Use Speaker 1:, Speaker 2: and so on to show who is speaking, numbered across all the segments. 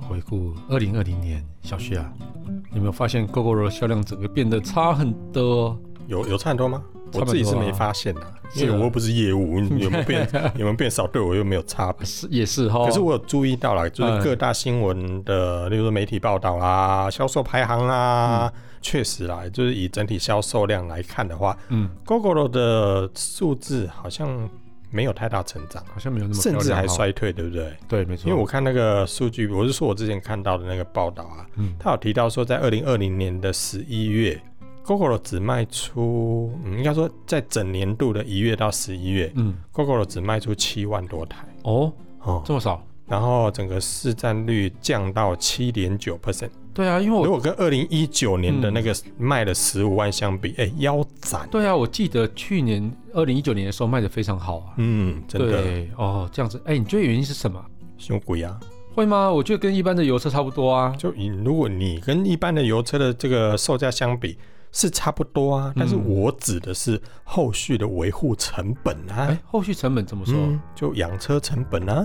Speaker 1: 回顾二零二零年，小旭啊，你有没有发现 GoGo 的销量整个变得差很多哦？
Speaker 2: 有有差很多吗？
Speaker 1: 差
Speaker 2: 我
Speaker 1: 很多啊
Speaker 2: 自己是没发现的，
Speaker 1: 是啊
Speaker 2: 因为我又不是 业务，你有没有变有没有变少，对我又没有差别。
Speaker 1: 是也是哈，
Speaker 2: 可是我有注意到啦，就是
Speaker 1: 嗯
Speaker 2: 各大新闻的，例如说媒体报道啦、销售排行啦，
Speaker 1: 嗯
Speaker 2: 确、实啦，就是以整体销售量来看的话
Speaker 1: 嗯，
Speaker 2: ，GoGo 的数字好像没有太大成长，
Speaker 1: 好像没有那么
Speaker 2: 甚
Speaker 1: 漂
Speaker 2: 至
Speaker 1: 亮
Speaker 2: 还
Speaker 1: 哦
Speaker 2: 衰退，对不对？
Speaker 1: 对，没错，
Speaker 2: 因为我看那个数据，我是说我之前看到的那个报道啊，
Speaker 1: 嗯
Speaker 2: 他有提到说，在二零二零年的十一月，GoGo 只卖出，嗯，应该说在整年度的一月到十一月
Speaker 1: 嗯
Speaker 2: ，GoGo 只卖出七万多台
Speaker 1: 哦，
Speaker 2: 哦，
Speaker 1: 这么少？
Speaker 2: 然后整个市占率降到七点九 percent。
Speaker 1: 对啊，因为
Speaker 2: 如
Speaker 1: 我
Speaker 2: 果跟二零一九年的那个
Speaker 1: 嗯
Speaker 2: 卖了十五万相比，哎、腰斩，
Speaker 1: 对啊，我记得去年二零一九年的时候卖的非常好啊。
Speaker 2: 嗯，真的
Speaker 1: 对哦，这样子，哎，你觉得原因是什么？
Speaker 2: 凶鬼啊！
Speaker 1: 会吗？我觉得跟一般的油车差不多啊。
Speaker 2: 就你如果你跟一般的油车的这个售价相比。是差不多啊，但是
Speaker 1: 嗯
Speaker 2: 我指的是后续的维护成本啊。
Speaker 1: 哎，后续成本怎么说？
Speaker 2: 嗯，就养车成本啊。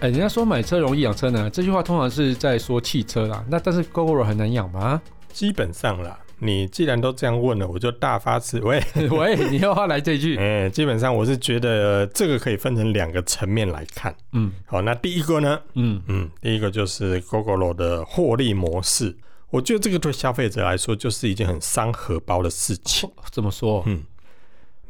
Speaker 1: 哎，人家说买车容易养车呢，这句话通常是在说汽车啦。那但是 GoGo 很难养吗？
Speaker 2: 基本上啦，你既然都这样问了，我就大发慈喂。
Speaker 1: 喂，你又要来这 句？
Speaker 2: 嗯，基本上我是觉得呃这个可以分成两个层面来看。
Speaker 1: 嗯
Speaker 2: 好，那第一个呢，
Speaker 1: 嗯，
Speaker 2: 嗯，第一个就是 GoGoRo 的获利模式，我觉得这个对消费者来说就是一件很伤荷包的事情。
Speaker 1: 怎么 说？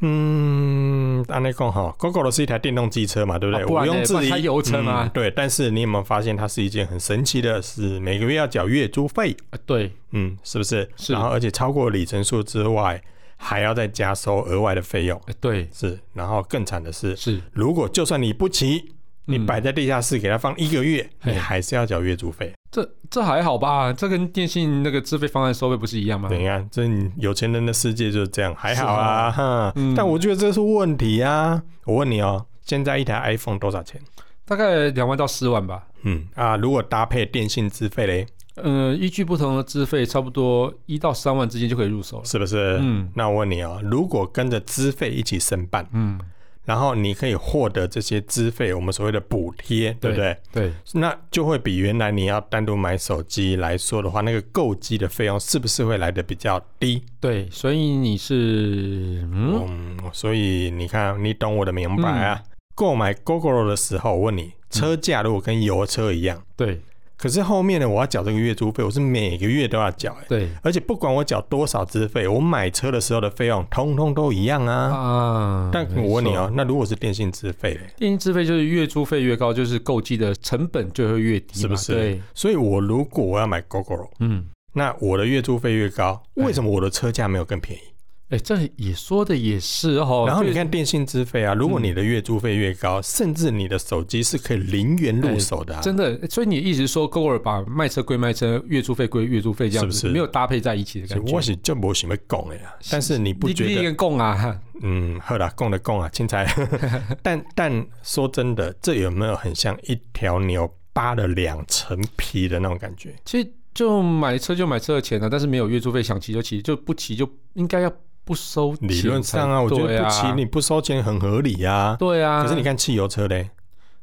Speaker 2: 嗯，按内讲哈，GoGoRo 是一台电动机车嘛，对不对？
Speaker 1: 啊不然
Speaker 2: 毋
Speaker 1: 呢
Speaker 2: 庸置
Speaker 1: 不然
Speaker 2: 疑，
Speaker 1: 它油车嘛
Speaker 2: 嗯对，但是你有没有发现它是一件很神奇的是，每个月要缴月租费，
Speaker 1: 啊对，
Speaker 2: 嗯，是不是？
Speaker 1: 是
Speaker 2: 然后而且超过里程数之外，还要再加收额外的费用。
Speaker 1: 哎对，
Speaker 2: 是，然后更惨的是，
Speaker 1: 是
Speaker 2: 如果就算你不骑，你
Speaker 1: 嗯
Speaker 2: 摆在地下室给它放一个月，
Speaker 1: 嘿
Speaker 2: 你还是要缴月租费。
Speaker 1: 这这还好吧？这跟电信那个自费方案收费不是一样吗？
Speaker 2: 怎样？这你有钱人的世界就是这样，还好啊，哈。
Speaker 1: 嗯
Speaker 2: 但我觉得这是问题啊。我问你哦，现在一台 iPhone 多少钱？
Speaker 1: 大概两万到十万吧。
Speaker 2: 嗯啊，如果搭配电信资费嘞，
Speaker 1: 呃，依据不同的资费，差不多一到三万之间就可以入手了。
Speaker 2: 是不是？
Speaker 1: 嗯
Speaker 2: 那我问你哦，如果跟着资费一起申办，
Speaker 1: 嗯，
Speaker 2: 然后你可以获得这些资费，我们所谓的补贴，对不对？
Speaker 1: 对，
Speaker 2: 那就会比原来你要单独买手机来说的话，那个购机的费用是不是会来的比较低？
Speaker 1: 对，所以你是嗯
Speaker 2: 嗯，所以你看，你懂我的明白啊。购买 GoGo 的时候，我问你，车价如果跟油车一样，
Speaker 1: 对
Speaker 2: 可是后面呢，我要缴这个月租费，我是每个月都要缴、欸，
Speaker 1: 对
Speaker 2: 而且不管我缴多少资费，我买车的时候的费用通通都一样啊。
Speaker 1: 啊，
Speaker 2: 但我问你
Speaker 1: 没错，
Speaker 2: 哦、那如果是电信资费嘞？
Speaker 1: 电信资费就是月租费越高，就是购机的成本就会越低嘛，
Speaker 2: 是不是
Speaker 1: 对，
Speaker 2: 所以我如果我要买 GoGo，
Speaker 1: 嗯，
Speaker 2: 那我的月租费越高，
Speaker 1: 哎
Speaker 2: 为什么我的车价没有更便宜？
Speaker 1: 哎，这也说的也是哦。
Speaker 2: 然后
Speaker 1: 就
Speaker 2: 你看电信资费啊，如果你的月租费越高，甚至你的手机是可以零元入手的、啊，
Speaker 1: 真的，所以你一直说 g o o 把卖车归卖车，月租费归月租费，这样子
Speaker 2: 是不是
Speaker 1: 没有搭配在一起的
Speaker 2: 所
Speaker 1: 感
Speaker 2: 以
Speaker 1: 觉
Speaker 2: 我。是就无想要讲的啦，但是你不
Speaker 1: 你
Speaker 2: 觉
Speaker 1: 一
Speaker 2: 得？
Speaker 1: 个供啊？
Speaker 2: 嗯，好啦，讲的讲啊，青菜。 但但说真的，这有没有很像一条牛扒了两层皮的那种感觉？
Speaker 1: 其实就买车就买车的钱啊，但是没有月租费，想骑就骑，就不骑就应该要不收钱才对。
Speaker 2: 理论上啊，我觉得不骑你不收钱很合理啊。
Speaker 1: 对啊，
Speaker 2: 可是你看汽油车嘞，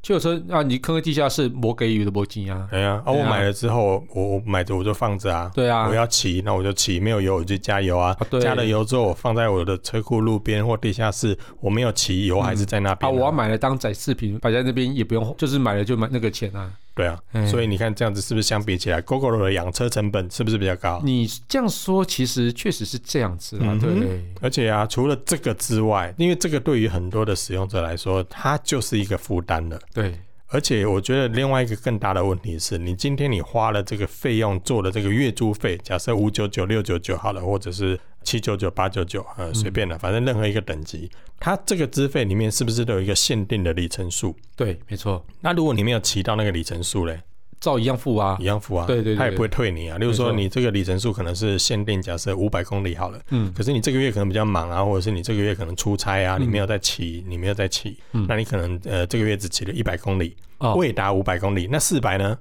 Speaker 1: 就有车啊，你坑个地下室，摩给鱼的摩金啊，
Speaker 2: 哎呀，啊，
Speaker 1: 对
Speaker 2: 我
Speaker 1: 啊
Speaker 2: 买了之后，我我买着我就放着啊。
Speaker 1: 对啊
Speaker 2: 我，要骑，那我就骑，没有油我就加油啊。
Speaker 1: 啊对
Speaker 2: 加了油之后，我放在我的车库路边或地下室，我没有骑，油还是在那
Speaker 1: 啊，
Speaker 2: 边啊、
Speaker 1: 我要买了当展示品摆在那边也不用，就是买了就买那个钱啊。
Speaker 2: 对啊，
Speaker 1: 哎
Speaker 2: 所以你看这样子是不是相比起来，GoGo 的养车成本是不是比较高？
Speaker 1: 你这样说其实确实是这样子啊，
Speaker 2: 嗯哼
Speaker 1: 对，
Speaker 2: 而且啊，除了这个之外，因为这个对于很多的使用者来说，它就是一个负担了。
Speaker 1: 对，
Speaker 2: 而且我觉得另外一个更大的问题是，你今天你花了这个费用做了这个月租费，假设五九九、六九九好了，或者是七九九、八九九，呃，随便了，反正任何一个等级，它这个资费里面是不是都有一个限定的里程数？
Speaker 1: 对，没错，
Speaker 2: 那如果你没有骑到那个里程数嘞，
Speaker 1: 照一样付啊
Speaker 2: 一。样付啊，
Speaker 1: 对对对
Speaker 2: 他也不会退你啊。例如说
Speaker 1: 没错
Speaker 2: 你这个里程数可能是限定，假设五百公里好了，
Speaker 1: 嗯，
Speaker 2: 可是你这个月可能比较忙啊，或者是你这个月可能出差啊，你没有在骑，你没有在骑，
Speaker 1: 嗯
Speaker 2: 那你可能呃这个月只骑了一百公里，
Speaker 1: 哦
Speaker 2: 未达五百公里，那四百呢？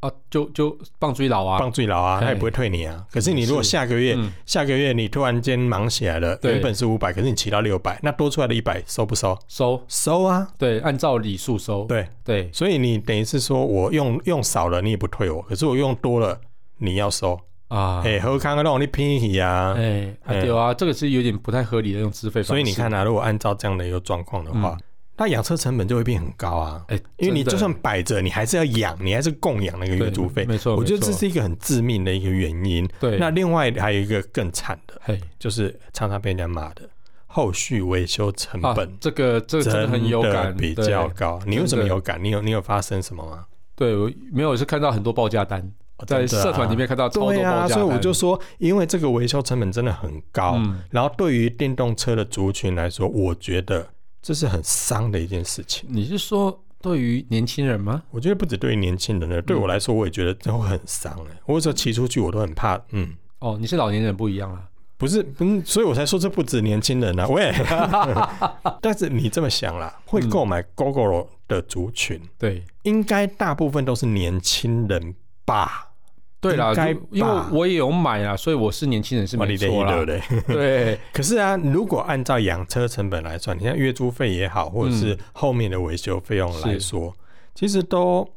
Speaker 1: 啊，就就棒追老啊，
Speaker 2: 棒最牢啊，
Speaker 1: 嘿
Speaker 2: 他也不会退你啊。可是你如果
Speaker 1: 是
Speaker 2: 下个月
Speaker 1: 嗯
Speaker 2: 下个月你突然间忙起来了，
Speaker 1: 对
Speaker 2: 原本是五百，可是你骑到六百，那多出来的一百收不收？
Speaker 1: 收，
Speaker 2: 收啊，
Speaker 1: 对，按照礼数收，
Speaker 2: 对，
Speaker 1: 对，
Speaker 2: 所以你等于是说我用用少了你也不退我，可是我用多了你要收，
Speaker 1: 啊，
Speaker 2: 哎、何康让你拼一啊。
Speaker 1: 哎，啊
Speaker 2: 哎
Speaker 1: 对啊，这个是有点不太合理的那种资费方式。
Speaker 2: 所以你看啊，如果按照这样的一个状况的话，那养车成本就会变很高啊，
Speaker 1: 哎，
Speaker 2: 因为你
Speaker 1: 嗯真的
Speaker 2: 就算摆着，你还是要养，你还是供养那个月
Speaker 1: 对
Speaker 2: 租费。
Speaker 1: 没错，
Speaker 2: 我觉得
Speaker 1: 没
Speaker 2: 这
Speaker 1: 错
Speaker 2: 是一个很致命的一个原因。
Speaker 1: 对。
Speaker 2: 那另外还有一个更惨的，
Speaker 1: 嘿，
Speaker 2: 就是常常被人家骂的后续维修成
Speaker 1: 啊
Speaker 2: 本，
Speaker 1: 这个这个真的很有感，
Speaker 2: 比
Speaker 1: 对
Speaker 2: 较高。你为什么
Speaker 1: 真的
Speaker 2: 有感？你有你有发生什么吗？
Speaker 1: 对，我没有我是看到很多报价单，
Speaker 2: 哦
Speaker 1: 在社团里。面看到超
Speaker 2: 真
Speaker 1: 多
Speaker 2: 的啊对
Speaker 1: 报
Speaker 2: 啊，
Speaker 1: 价
Speaker 2: 所以
Speaker 1: 单，
Speaker 2: 我就说，因为这个维修成本真的很高，
Speaker 1: 嗯，
Speaker 2: 然后对于电动车的族群来说，我觉得这是很伤的一件事情。
Speaker 1: 你是说对于年轻人吗？
Speaker 2: 我觉得不止对于年轻人的，对我来说，我也觉得这会很伤哎、我有时候骑出去，我都很怕，嗯，
Speaker 1: 哦，你是老年人不一样啦，
Speaker 2: 不是，嗯，所以我才说这不止年轻人啊，喂， 但是你这么想啦，会
Speaker 1: 嗯
Speaker 2: 购买 GoGo 的族群，
Speaker 1: 对。
Speaker 2: 应该大部分都是年轻人吧？
Speaker 1: 嗯对啦
Speaker 2: 应该，
Speaker 1: 因为
Speaker 2: 吧
Speaker 1: 我也有买啦，所以我是年轻人是
Speaker 2: 哇
Speaker 1: 没
Speaker 2: 你的
Speaker 1: 错
Speaker 2: 意对
Speaker 1: 啦
Speaker 2: 不。对？
Speaker 1: 对，
Speaker 2: 可是啊，如果按照养车成本来算，你像月租费也好，或者
Speaker 1: 嗯
Speaker 2: 是后面的维修费用来说，其实都。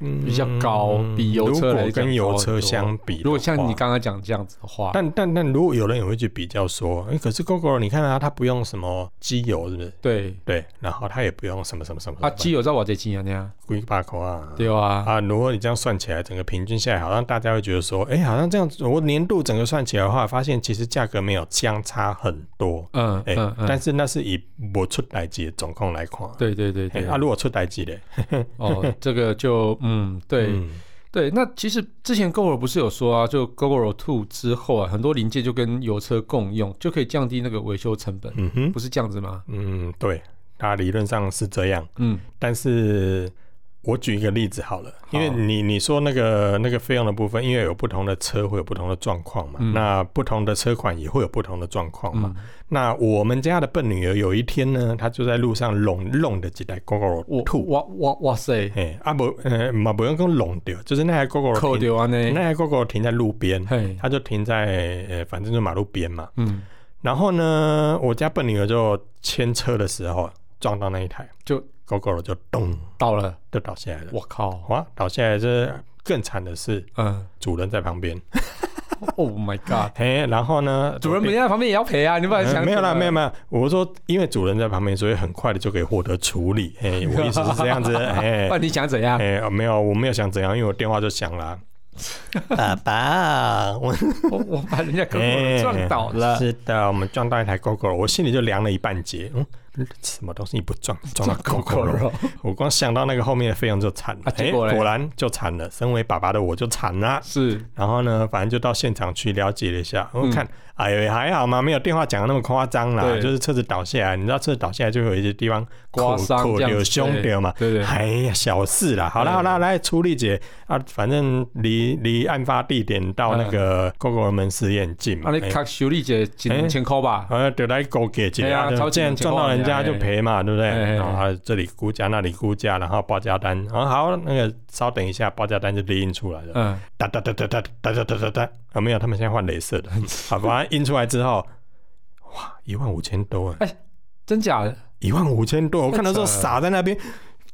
Speaker 2: 嗯
Speaker 1: 比较高比油车
Speaker 2: 如
Speaker 1: 来
Speaker 2: 果
Speaker 1: 讲
Speaker 2: 跟油
Speaker 1: 高很
Speaker 2: 车
Speaker 1: 多
Speaker 2: 相比的话，
Speaker 1: 如果像你刚刚讲这样子的话，
Speaker 2: 但但但如果有人也会去比较说，诶可是 GoGo 你看啊，它不用什么机油，是不是？
Speaker 1: 对，
Speaker 2: 对，然后它也不用什么什么什么
Speaker 1: 啊，基友在我这几啊那样，
Speaker 2: 龟八口啊，
Speaker 1: 对啊，
Speaker 2: 啊，如果你这样算起来，整个平均下来，好像大家会觉得说，诶，好像这样子，我年度整个算起来的话，发现其实价格没有相差很多，
Speaker 1: 嗯
Speaker 2: 诶，
Speaker 1: 嗯嗯，
Speaker 2: 但是那是以我出代机的总共来看，
Speaker 1: 对对对对
Speaker 2: 诶，，啊，如果出代机嘞，
Speaker 1: 哦，这个就嗯，对、
Speaker 2: 嗯
Speaker 1: 对，那其实之前 GoGo 不是有说啊，就 GoGo Two 之后啊，很多零件就跟油车共用，就可以降低那个维修成本，
Speaker 2: 嗯哼，
Speaker 1: 不是这样子吗？
Speaker 2: 嗯，对，它理论上是这样。
Speaker 1: 嗯，
Speaker 2: 但是我举一个例子好了，因为
Speaker 1: 好
Speaker 2: 你你说那个那个费用的部分，因为有不同的车会有不同的状况嘛，
Speaker 1: 嗯
Speaker 2: 那不同的车款也会有不同的状况嘛。
Speaker 1: 嗯
Speaker 2: 那我们家的笨女儿有一天呢，她就在路上弄弄的几台 GoGo
Speaker 1: 我
Speaker 2: 兔，
Speaker 1: 哇哇哇塞，
Speaker 2: 哎，啊不，呃，嘛不用跟弄掉，就是那台 GoGo
Speaker 1: 扣
Speaker 2: 停，
Speaker 1: 掉啊
Speaker 2: 那
Speaker 1: 呢，
Speaker 2: 台 GoGo 停在路边，
Speaker 1: 嘿，
Speaker 2: 她就停在呃，反正就马路边嘛。
Speaker 1: 嗯，
Speaker 2: 然后呢，我家笨女儿就牵车的时候撞到那一台，
Speaker 1: 就
Speaker 2: GoGo 就咚
Speaker 1: 到了，
Speaker 2: 就倒下来了。
Speaker 1: 我靠，
Speaker 2: 哇，倒下来这更惨的是
Speaker 1: 嗯
Speaker 2: 主人在旁边，
Speaker 1: ，Oh my God，
Speaker 2: 嘿，然后呢，
Speaker 1: 主人
Speaker 2: 我
Speaker 1: 人在旁边也要赔啊，你不
Speaker 2: 呃
Speaker 1: 然想、
Speaker 2: 没有啦，没有，没有，我说因为主人在旁边，所以很快的就可以获得 处理，嘿，我意思是这样子，嘿
Speaker 1: 不。然你想怎样？
Speaker 2: 哎、呃没有，我没有想怎样，因为我电话就响了。爸爸，我
Speaker 1: 我我把人家狗
Speaker 2: 哎
Speaker 1: 狗撞倒了，
Speaker 2: 是的，我们撞到一台 GoGo，了我心里就凉了一半截。嗯，什么东西你不撞，撞到 GoGo 了？
Speaker 1: 肉，
Speaker 2: 我光想到那个后面的费用就惨了。
Speaker 1: 啊
Speaker 2: 哎
Speaker 1: 结果嘞
Speaker 2: 果然就惨了。身为爸爸的我就惨了。
Speaker 1: 是
Speaker 2: 然后呢，反正就到现场去了解了一下，我
Speaker 1: 嗯
Speaker 2: 看，哎呦，还好嘛，没有电话讲的那么夸张啦，
Speaker 1: 对
Speaker 2: 就是车子倒下来，你知道车子倒下来就会有一些地方
Speaker 1: 刮伤
Speaker 2: 口
Speaker 1: 这样
Speaker 2: 流
Speaker 1: 子
Speaker 2: 胸掉嘛。
Speaker 1: 对对，
Speaker 2: 哎呀，小事啦，好啦
Speaker 1: 对
Speaker 2: 好啦，来处理姐啊，反正离离案发地点到那个 GoGo 门市也很近嘛
Speaker 1: 嗯啊，，你
Speaker 2: 哎
Speaker 1: 卡修理姐几两千块吧？
Speaker 2: 好像得来勾结一
Speaker 1: 哎
Speaker 2: 下，
Speaker 1: 呀
Speaker 2: 就
Speaker 1: 超
Speaker 2: 既
Speaker 1: 级
Speaker 2: 然
Speaker 1: 情
Speaker 2: 撞到
Speaker 1: 况
Speaker 2: 人
Speaker 1: 呀
Speaker 2: 家就
Speaker 1: 哎
Speaker 2: 赔嘛，对不对？
Speaker 1: 哎哎
Speaker 2: 然后啊这里估价那里估价，然后报价单，然后好那个稍等一下，报价单就列印出来了。
Speaker 1: 嗯，
Speaker 2: 哒哒哒哒哒哒哒哒哒哒啊，没有，他们现在换镭射 的，好吧，印出来之后，哇，一万五千多啊，
Speaker 1: 真假哎的？
Speaker 2: 一万五千多，我看到之后
Speaker 1: 太扯了
Speaker 2: 傻在那边，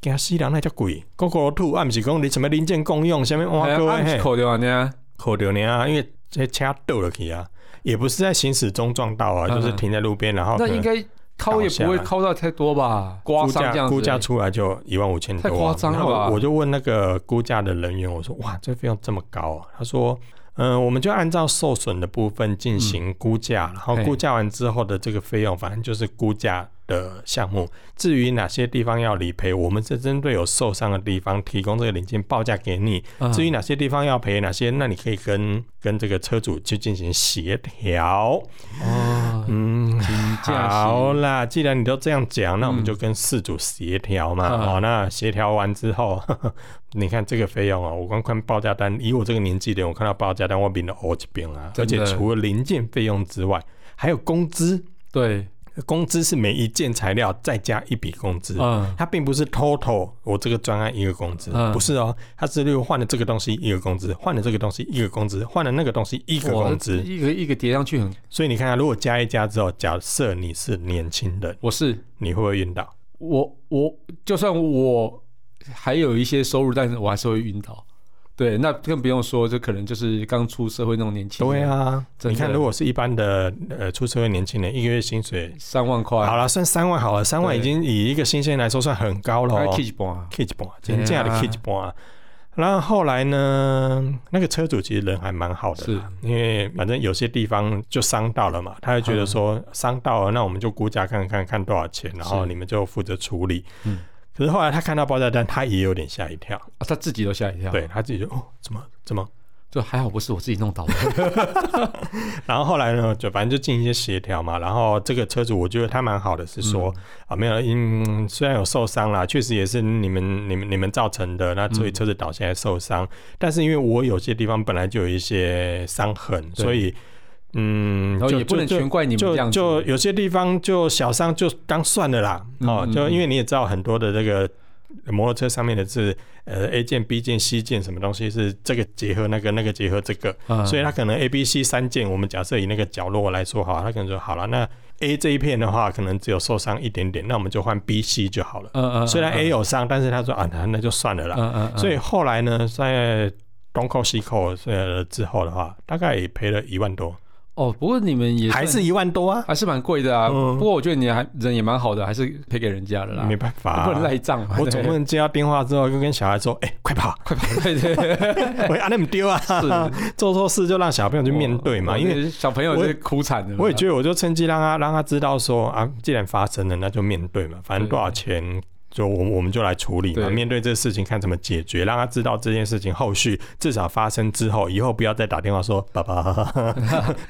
Speaker 2: 给他西凉那叫鬼，GoGo Two 啊，不是讲你什么零件共用，下面哇
Speaker 1: 哎呀
Speaker 2: 各位
Speaker 1: 按
Speaker 2: 嘿，
Speaker 1: 口掉呢？
Speaker 2: 扣掉你啊，因为这车倒了去啊，也不是在行驶中撞到啊，
Speaker 1: 嗯
Speaker 2: 就是停在路边，然后
Speaker 1: 那
Speaker 2: 可能
Speaker 1: 应该抠也不会抠到太多吧？刮
Speaker 2: 啊估
Speaker 1: 伤
Speaker 2: 价
Speaker 1: 这样子，
Speaker 2: 估价出来就一万五千多、
Speaker 1: 太
Speaker 2: 啊，
Speaker 1: 夸张了吧
Speaker 2: 然后我我就问那个估价的人员，我说：“哇，这费用这么高啊？”他说：“嗯、我们就按照受损的部分进行估价，然后
Speaker 1: 嗯嘿
Speaker 2: 估价完之后的这个费用，反正就是估价的项目。至于哪些地方要理赔，我们是针对有受伤的地方提供这个零件报价给你。
Speaker 1: 啊
Speaker 2: 至于哪些地方要赔，哪些那你可以跟跟这个车主去进行协调。
Speaker 1: 哦，
Speaker 2: 嗯，
Speaker 1: 评价
Speaker 2: 好
Speaker 1: 型
Speaker 2: 啦，既然你都这样讲，那我们
Speaker 1: 嗯
Speaker 2: 就跟事主协调嘛。
Speaker 1: 啊
Speaker 2: 哦，那协调完之后， 呵呵你看这个费用哦，我光看报价单，以我这个年纪的人，我看到报价单，我变得哦这边啊。而
Speaker 1: 真的
Speaker 2: 且除了零件费用之外，还有工资，
Speaker 1: 对，
Speaker 2: 工资是每一件材料再加一笔工资。
Speaker 1: 嗯，
Speaker 2: 它并不是 total 我这个专案一个工资，
Speaker 1: 嗯
Speaker 2: 不是哦，它是例如换了这个东西一个工资，换了这个东西一个工资，换了那个东西一个
Speaker 1: 哇
Speaker 2: 工资，
Speaker 1: 一个一个叠上去很，
Speaker 2: 所以你看啊，如果加一加之后，假设你是年轻人，
Speaker 1: 我是
Speaker 2: 你会不会晕倒？
Speaker 1: 我我就算我还有一些收入，但是我还是会晕倒。对，那更不用说，这可能就是刚出社会那种年轻人，
Speaker 2: 对，啊，
Speaker 1: 真
Speaker 2: 你
Speaker 1: 的
Speaker 2: 看，如果是一般的呃出社会年轻人，一个月薪水
Speaker 1: 三万块，
Speaker 2: 好了，算三万好了，三万
Speaker 1: 对
Speaker 2: 已经以一个新鲜人来说算很高了
Speaker 1: 还
Speaker 2: 哦
Speaker 1: k i d 啊，
Speaker 2: ，K 一半，真正
Speaker 1: 对
Speaker 2: 的
Speaker 1: 啊
Speaker 2: K 一半啊。然后后来呢，那个车主其实人还蛮好的啦，因为反正有些地方就伤到了嘛，他就觉得说伤到了，那我们就估价看看看多少钱，然后
Speaker 1: 啊是
Speaker 2: 你们就负责处理。
Speaker 1: 嗯
Speaker 2: 可是后来他看到报价单，他也有点吓一跳，
Speaker 1: 啊他自己都吓一跳，
Speaker 2: 对，他自己就哦，怎么怎么？
Speaker 1: 就还好不是我自己弄倒 的，
Speaker 2: 然后后来呢，就反正就进一些协调嘛。然后这个车主，我觉得他蛮好的，是说、啊，没有，嗯，虽然有受伤啦，确实也是你们、你们、你们造成的，那所以车子倒下来受伤。
Speaker 1: 嗯
Speaker 2: 但是因为我有些地方本来就有一些伤痕，
Speaker 1: 对
Speaker 2: 所以嗯，
Speaker 1: 然后
Speaker 2: 就
Speaker 1: 也不能
Speaker 2: 就
Speaker 1: 全怪你们这
Speaker 2: 就
Speaker 1: 样子，
Speaker 2: 就有些地方就小伤就当算了啦，
Speaker 1: 嗯
Speaker 2: 哦，
Speaker 1: 嗯
Speaker 2: 就
Speaker 1: 嗯
Speaker 2: 因为你也知道很多的这个摩托车上面的字，呃，A 件、B 件、C 件什么东西是这个结合那个，那个结合这个，
Speaker 1: 嗯
Speaker 2: 所以它可能 A、B、C 三件，我们假设以那个角落来说好，它可能说好了，那 A 这一片的话，可能只有受伤一点点，那我们就换 B、C 就好了。
Speaker 1: 嗯嗯，
Speaker 2: 虽然
Speaker 1: 嗯
Speaker 2: A 有伤，但是他说啊，那那就算了啦。
Speaker 1: 嗯嗯，嗯
Speaker 2: 所以后来呢，在东扣西扣呃之后的话，大概也赔了一万多，
Speaker 1: 哦，不过你们也
Speaker 2: 还
Speaker 1: 算
Speaker 2: 是一万多啊，
Speaker 1: 还是蛮贵的啊。
Speaker 2: 嗯
Speaker 1: 不过我觉得你还人也蛮好的，还是赔给人家的嗯啦，
Speaker 2: 没办法、啊
Speaker 1: 不能赖账嘛。
Speaker 2: 我
Speaker 1: 对！
Speaker 2: 总不能接到电话之后就跟小孩说：“哎、快跑
Speaker 1: 快跑，对对 对，
Speaker 2: 我阿那么丢啊！”
Speaker 1: 是 哦
Speaker 2: 做错事就让小朋友去面对嘛，
Speaker 1: 哇
Speaker 2: 因为。
Speaker 1: 那小朋友
Speaker 2: 我
Speaker 1: 是哭惨的嘛。
Speaker 2: 我也觉得，我就趁机让他让他知道说啊，既然发生了，那就面对嘛，反正
Speaker 1: 对
Speaker 2: 多少钱就我我们就来处理嘛，
Speaker 1: 对
Speaker 2: 面对这事情看怎么解决，让他知道这件事情后续至少发生之后，以后不要再打电话说爸 爸，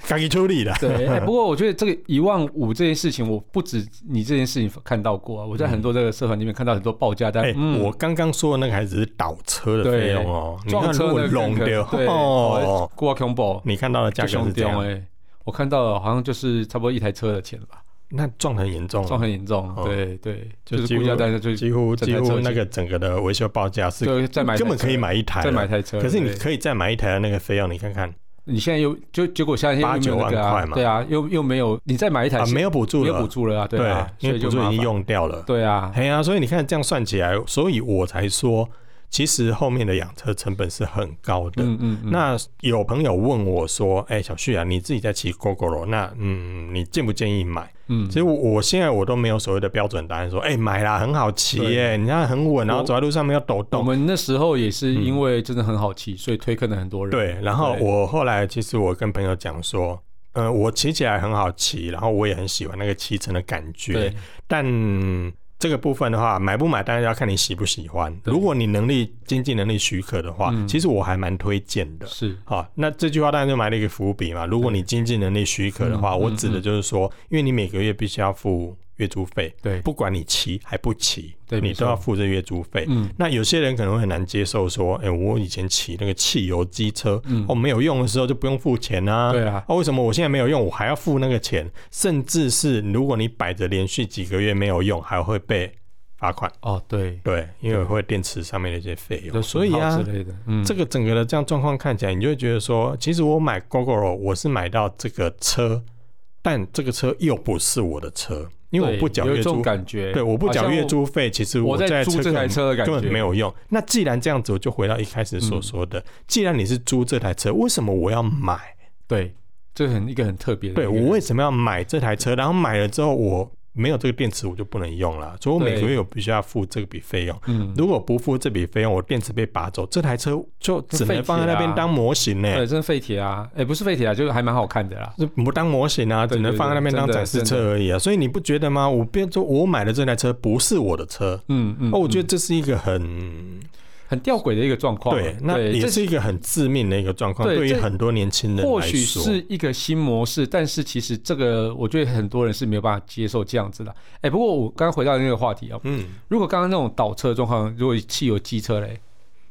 Speaker 2: 赶紧处理了。
Speaker 1: 对、哎不过我觉得这个一万五这件事情，我不止你这件事情看到过啊，我在很多这个社团里面看到很多报价单。
Speaker 2: 嗯哎、
Speaker 1: 嗯，
Speaker 2: 我刚刚说的那个还只是倒车的
Speaker 1: 对
Speaker 2: 费用哦，你
Speaker 1: 撞
Speaker 2: 看如
Speaker 1: 车
Speaker 2: 果
Speaker 1: 的
Speaker 2: 拢掉
Speaker 1: 对，
Speaker 2: 哦，
Speaker 1: 过 combo
Speaker 2: 你看到的价格是这样，
Speaker 1: 哎。我看到了，好像就是差不多一台车的钱吧，
Speaker 2: 那撞得很严重哦，
Speaker 1: 撞很严重。
Speaker 2: 哦
Speaker 1: 对对，
Speaker 2: 就
Speaker 1: 就是
Speaker 2: 几乎
Speaker 1: 估价单就
Speaker 2: 几乎
Speaker 1: 整
Speaker 2: 几
Speaker 1: 台车
Speaker 2: 乎
Speaker 1: 钱
Speaker 2: 那个整个的维修报价是
Speaker 1: 就再买一台
Speaker 2: 根本
Speaker 1: 车
Speaker 2: 可以买一台了，
Speaker 1: 再买一台车。
Speaker 2: 可是你
Speaker 1: 对
Speaker 2: 可以再买一台的那个费用，你看看
Speaker 1: 你现在又就结果现在又没有那个
Speaker 2: 八九万
Speaker 1: 啊
Speaker 2: 块，嘛
Speaker 1: 对啊，又又没有你再买一台
Speaker 2: 啊，
Speaker 1: 是
Speaker 2: 没有补助
Speaker 1: 没
Speaker 2: 了，
Speaker 1: 有补助了啊，
Speaker 2: 对
Speaker 1: 啊，所
Speaker 2: 因为
Speaker 1: 以
Speaker 2: 补
Speaker 1: 就
Speaker 2: 助
Speaker 1: 麻
Speaker 2: 已
Speaker 1: 烦
Speaker 2: 经，用掉了。
Speaker 1: 对啊，
Speaker 2: 哎呀、所以你看这样算起来，所以我才说，其实后面的养车成本是很高的。
Speaker 1: 嗯嗯，嗯
Speaker 2: 那有朋友问我说：“哎、小旭啊，你自己在骑 GoGo 那嗯，你建不建议买？”
Speaker 1: 嗯，
Speaker 2: 其实我我现在我都没有所谓的标准答案，说：“哎、买啦，很好骑
Speaker 1: 对
Speaker 2: 耶，你看很稳，然后走在路上没有抖
Speaker 1: 我
Speaker 2: 动。”啊
Speaker 1: 们那时候也是因为真的很好骑，所以推坑了很多人，
Speaker 2: 嗯对，然后
Speaker 1: 对
Speaker 2: 我后来其实我跟朋友讲说，呃，我骑起来很好骑，然后我也很喜欢那个骑乘的感觉
Speaker 1: 对，
Speaker 2: 但。这个部分的话，买不买当然要看你喜不喜欢。
Speaker 1: 对
Speaker 2: 如果你能力、经济能力许可的话，
Speaker 1: 嗯
Speaker 2: 其实我还蛮推荐的。
Speaker 1: 是
Speaker 2: 好，那这句话当然就埋了一个伏笔嘛。如果你经济能力许可的话，
Speaker 1: 嗯
Speaker 2: 我指的就是说，因为你每个月必须要付月租费，
Speaker 1: 对，
Speaker 2: 不管你骑还不骑，
Speaker 1: 对
Speaker 2: 你
Speaker 1: 没错
Speaker 2: 都要付这月租费。
Speaker 1: 嗯，
Speaker 2: 那有些人可能会很难接受，说，哎、我以前骑那个汽油机车，
Speaker 1: 嗯
Speaker 2: 哦，没有用的时候就不用付钱啊。
Speaker 1: 对啊，
Speaker 2: 哦，为什么我现在没有用，我还要付那个钱？甚至是如果你摆着连续几个月没有用，还会被罚款。
Speaker 1: 哦对，
Speaker 2: 对，因为会电池上面的一些费用。
Speaker 1: 就
Speaker 2: 所以
Speaker 1: 损耗
Speaker 2: 啊
Speaker 1: 之，类的，嗯，
Speaker 2: 这个整个的这样状况看起来，你就会觉得说，其实我买 GoGo 我是买到这个车，但这个车又不是我的车，因为
Speaker 1: 对
Speaker 2: 我不缴
Speaker 1: 有
Speaker 2: 月
Speaker 1: 一种
Speaker 2: 租。
Speaker 1: 感觉，
Speaker 2: 对，我不
Speaker 1: 好像
Speaker 2: 缴月租费，其实
Speaker 1: 我，我
Speaker 2: 这
Speaker 1: 在
Speaker 2: 台
Speaker 1: 租这台
Speaker 2: 根本
Speaker 1: 车的感
Speaker 2: 根
Speaker 1: 觉嗯
Speaker 2: 本没。有用。那既然这样子，我就回到一开始所说的，既然你是租这台车，为什么我要买？
Speaker 1: 对，这很一个很特别的
Speaker 2: 对
Speaker 1: 一个，
Speaker 2: 我为什么要买这台车？然后买了之后，我没有这个电池我就不能用了，所以我每个
Speaker 1: 对
Speaker 2: 月我必须要付这笔费用。
Speaker 1: 嗯，
Speaker 2: 如果不付这笔费用，我电池被拔走，这台车就只能放在那边当模型呢、
Speaker 1: 对，真的废铁啊，哎、不是废铁啊，就是还蛮好看的啦。
Speaker 2: 就不当模型啊，
Speaker 1: 对
Speaker 2: 只能放在那边当展示车而已啊。所以你不觉得吗？我变说，我买的这台车不是我的车，
Speaker 1: 嗯嗯，
Speaker 2: 哦，我觉得这是一个很
Speaker 1: 很吊诡的一个状况。
Speaker 2: 对，那
Speaker 1: 啊对，
Speaker 2: 也
Speaker 1: 这
Speaker 2: 是一个很致命的一个状况，
Speaker 1: 对
Speaker 2: 对于
Speaker 1: 这
Speaker 2: 很多年轻人
Speaker 1: 或
Speaker 2: 来
Speaker 1: 许
Speaker 2: 说，
Speaker 1: 是一个新模式，但是其实这个我觉得很多人是没有办法接受这样子的。哎、不过我刚刚回到那个话题啊、
Speaker 2: 嗯，
Speaker 1: 如果刚刚那种倒车的状况，如果汽油机车嘞，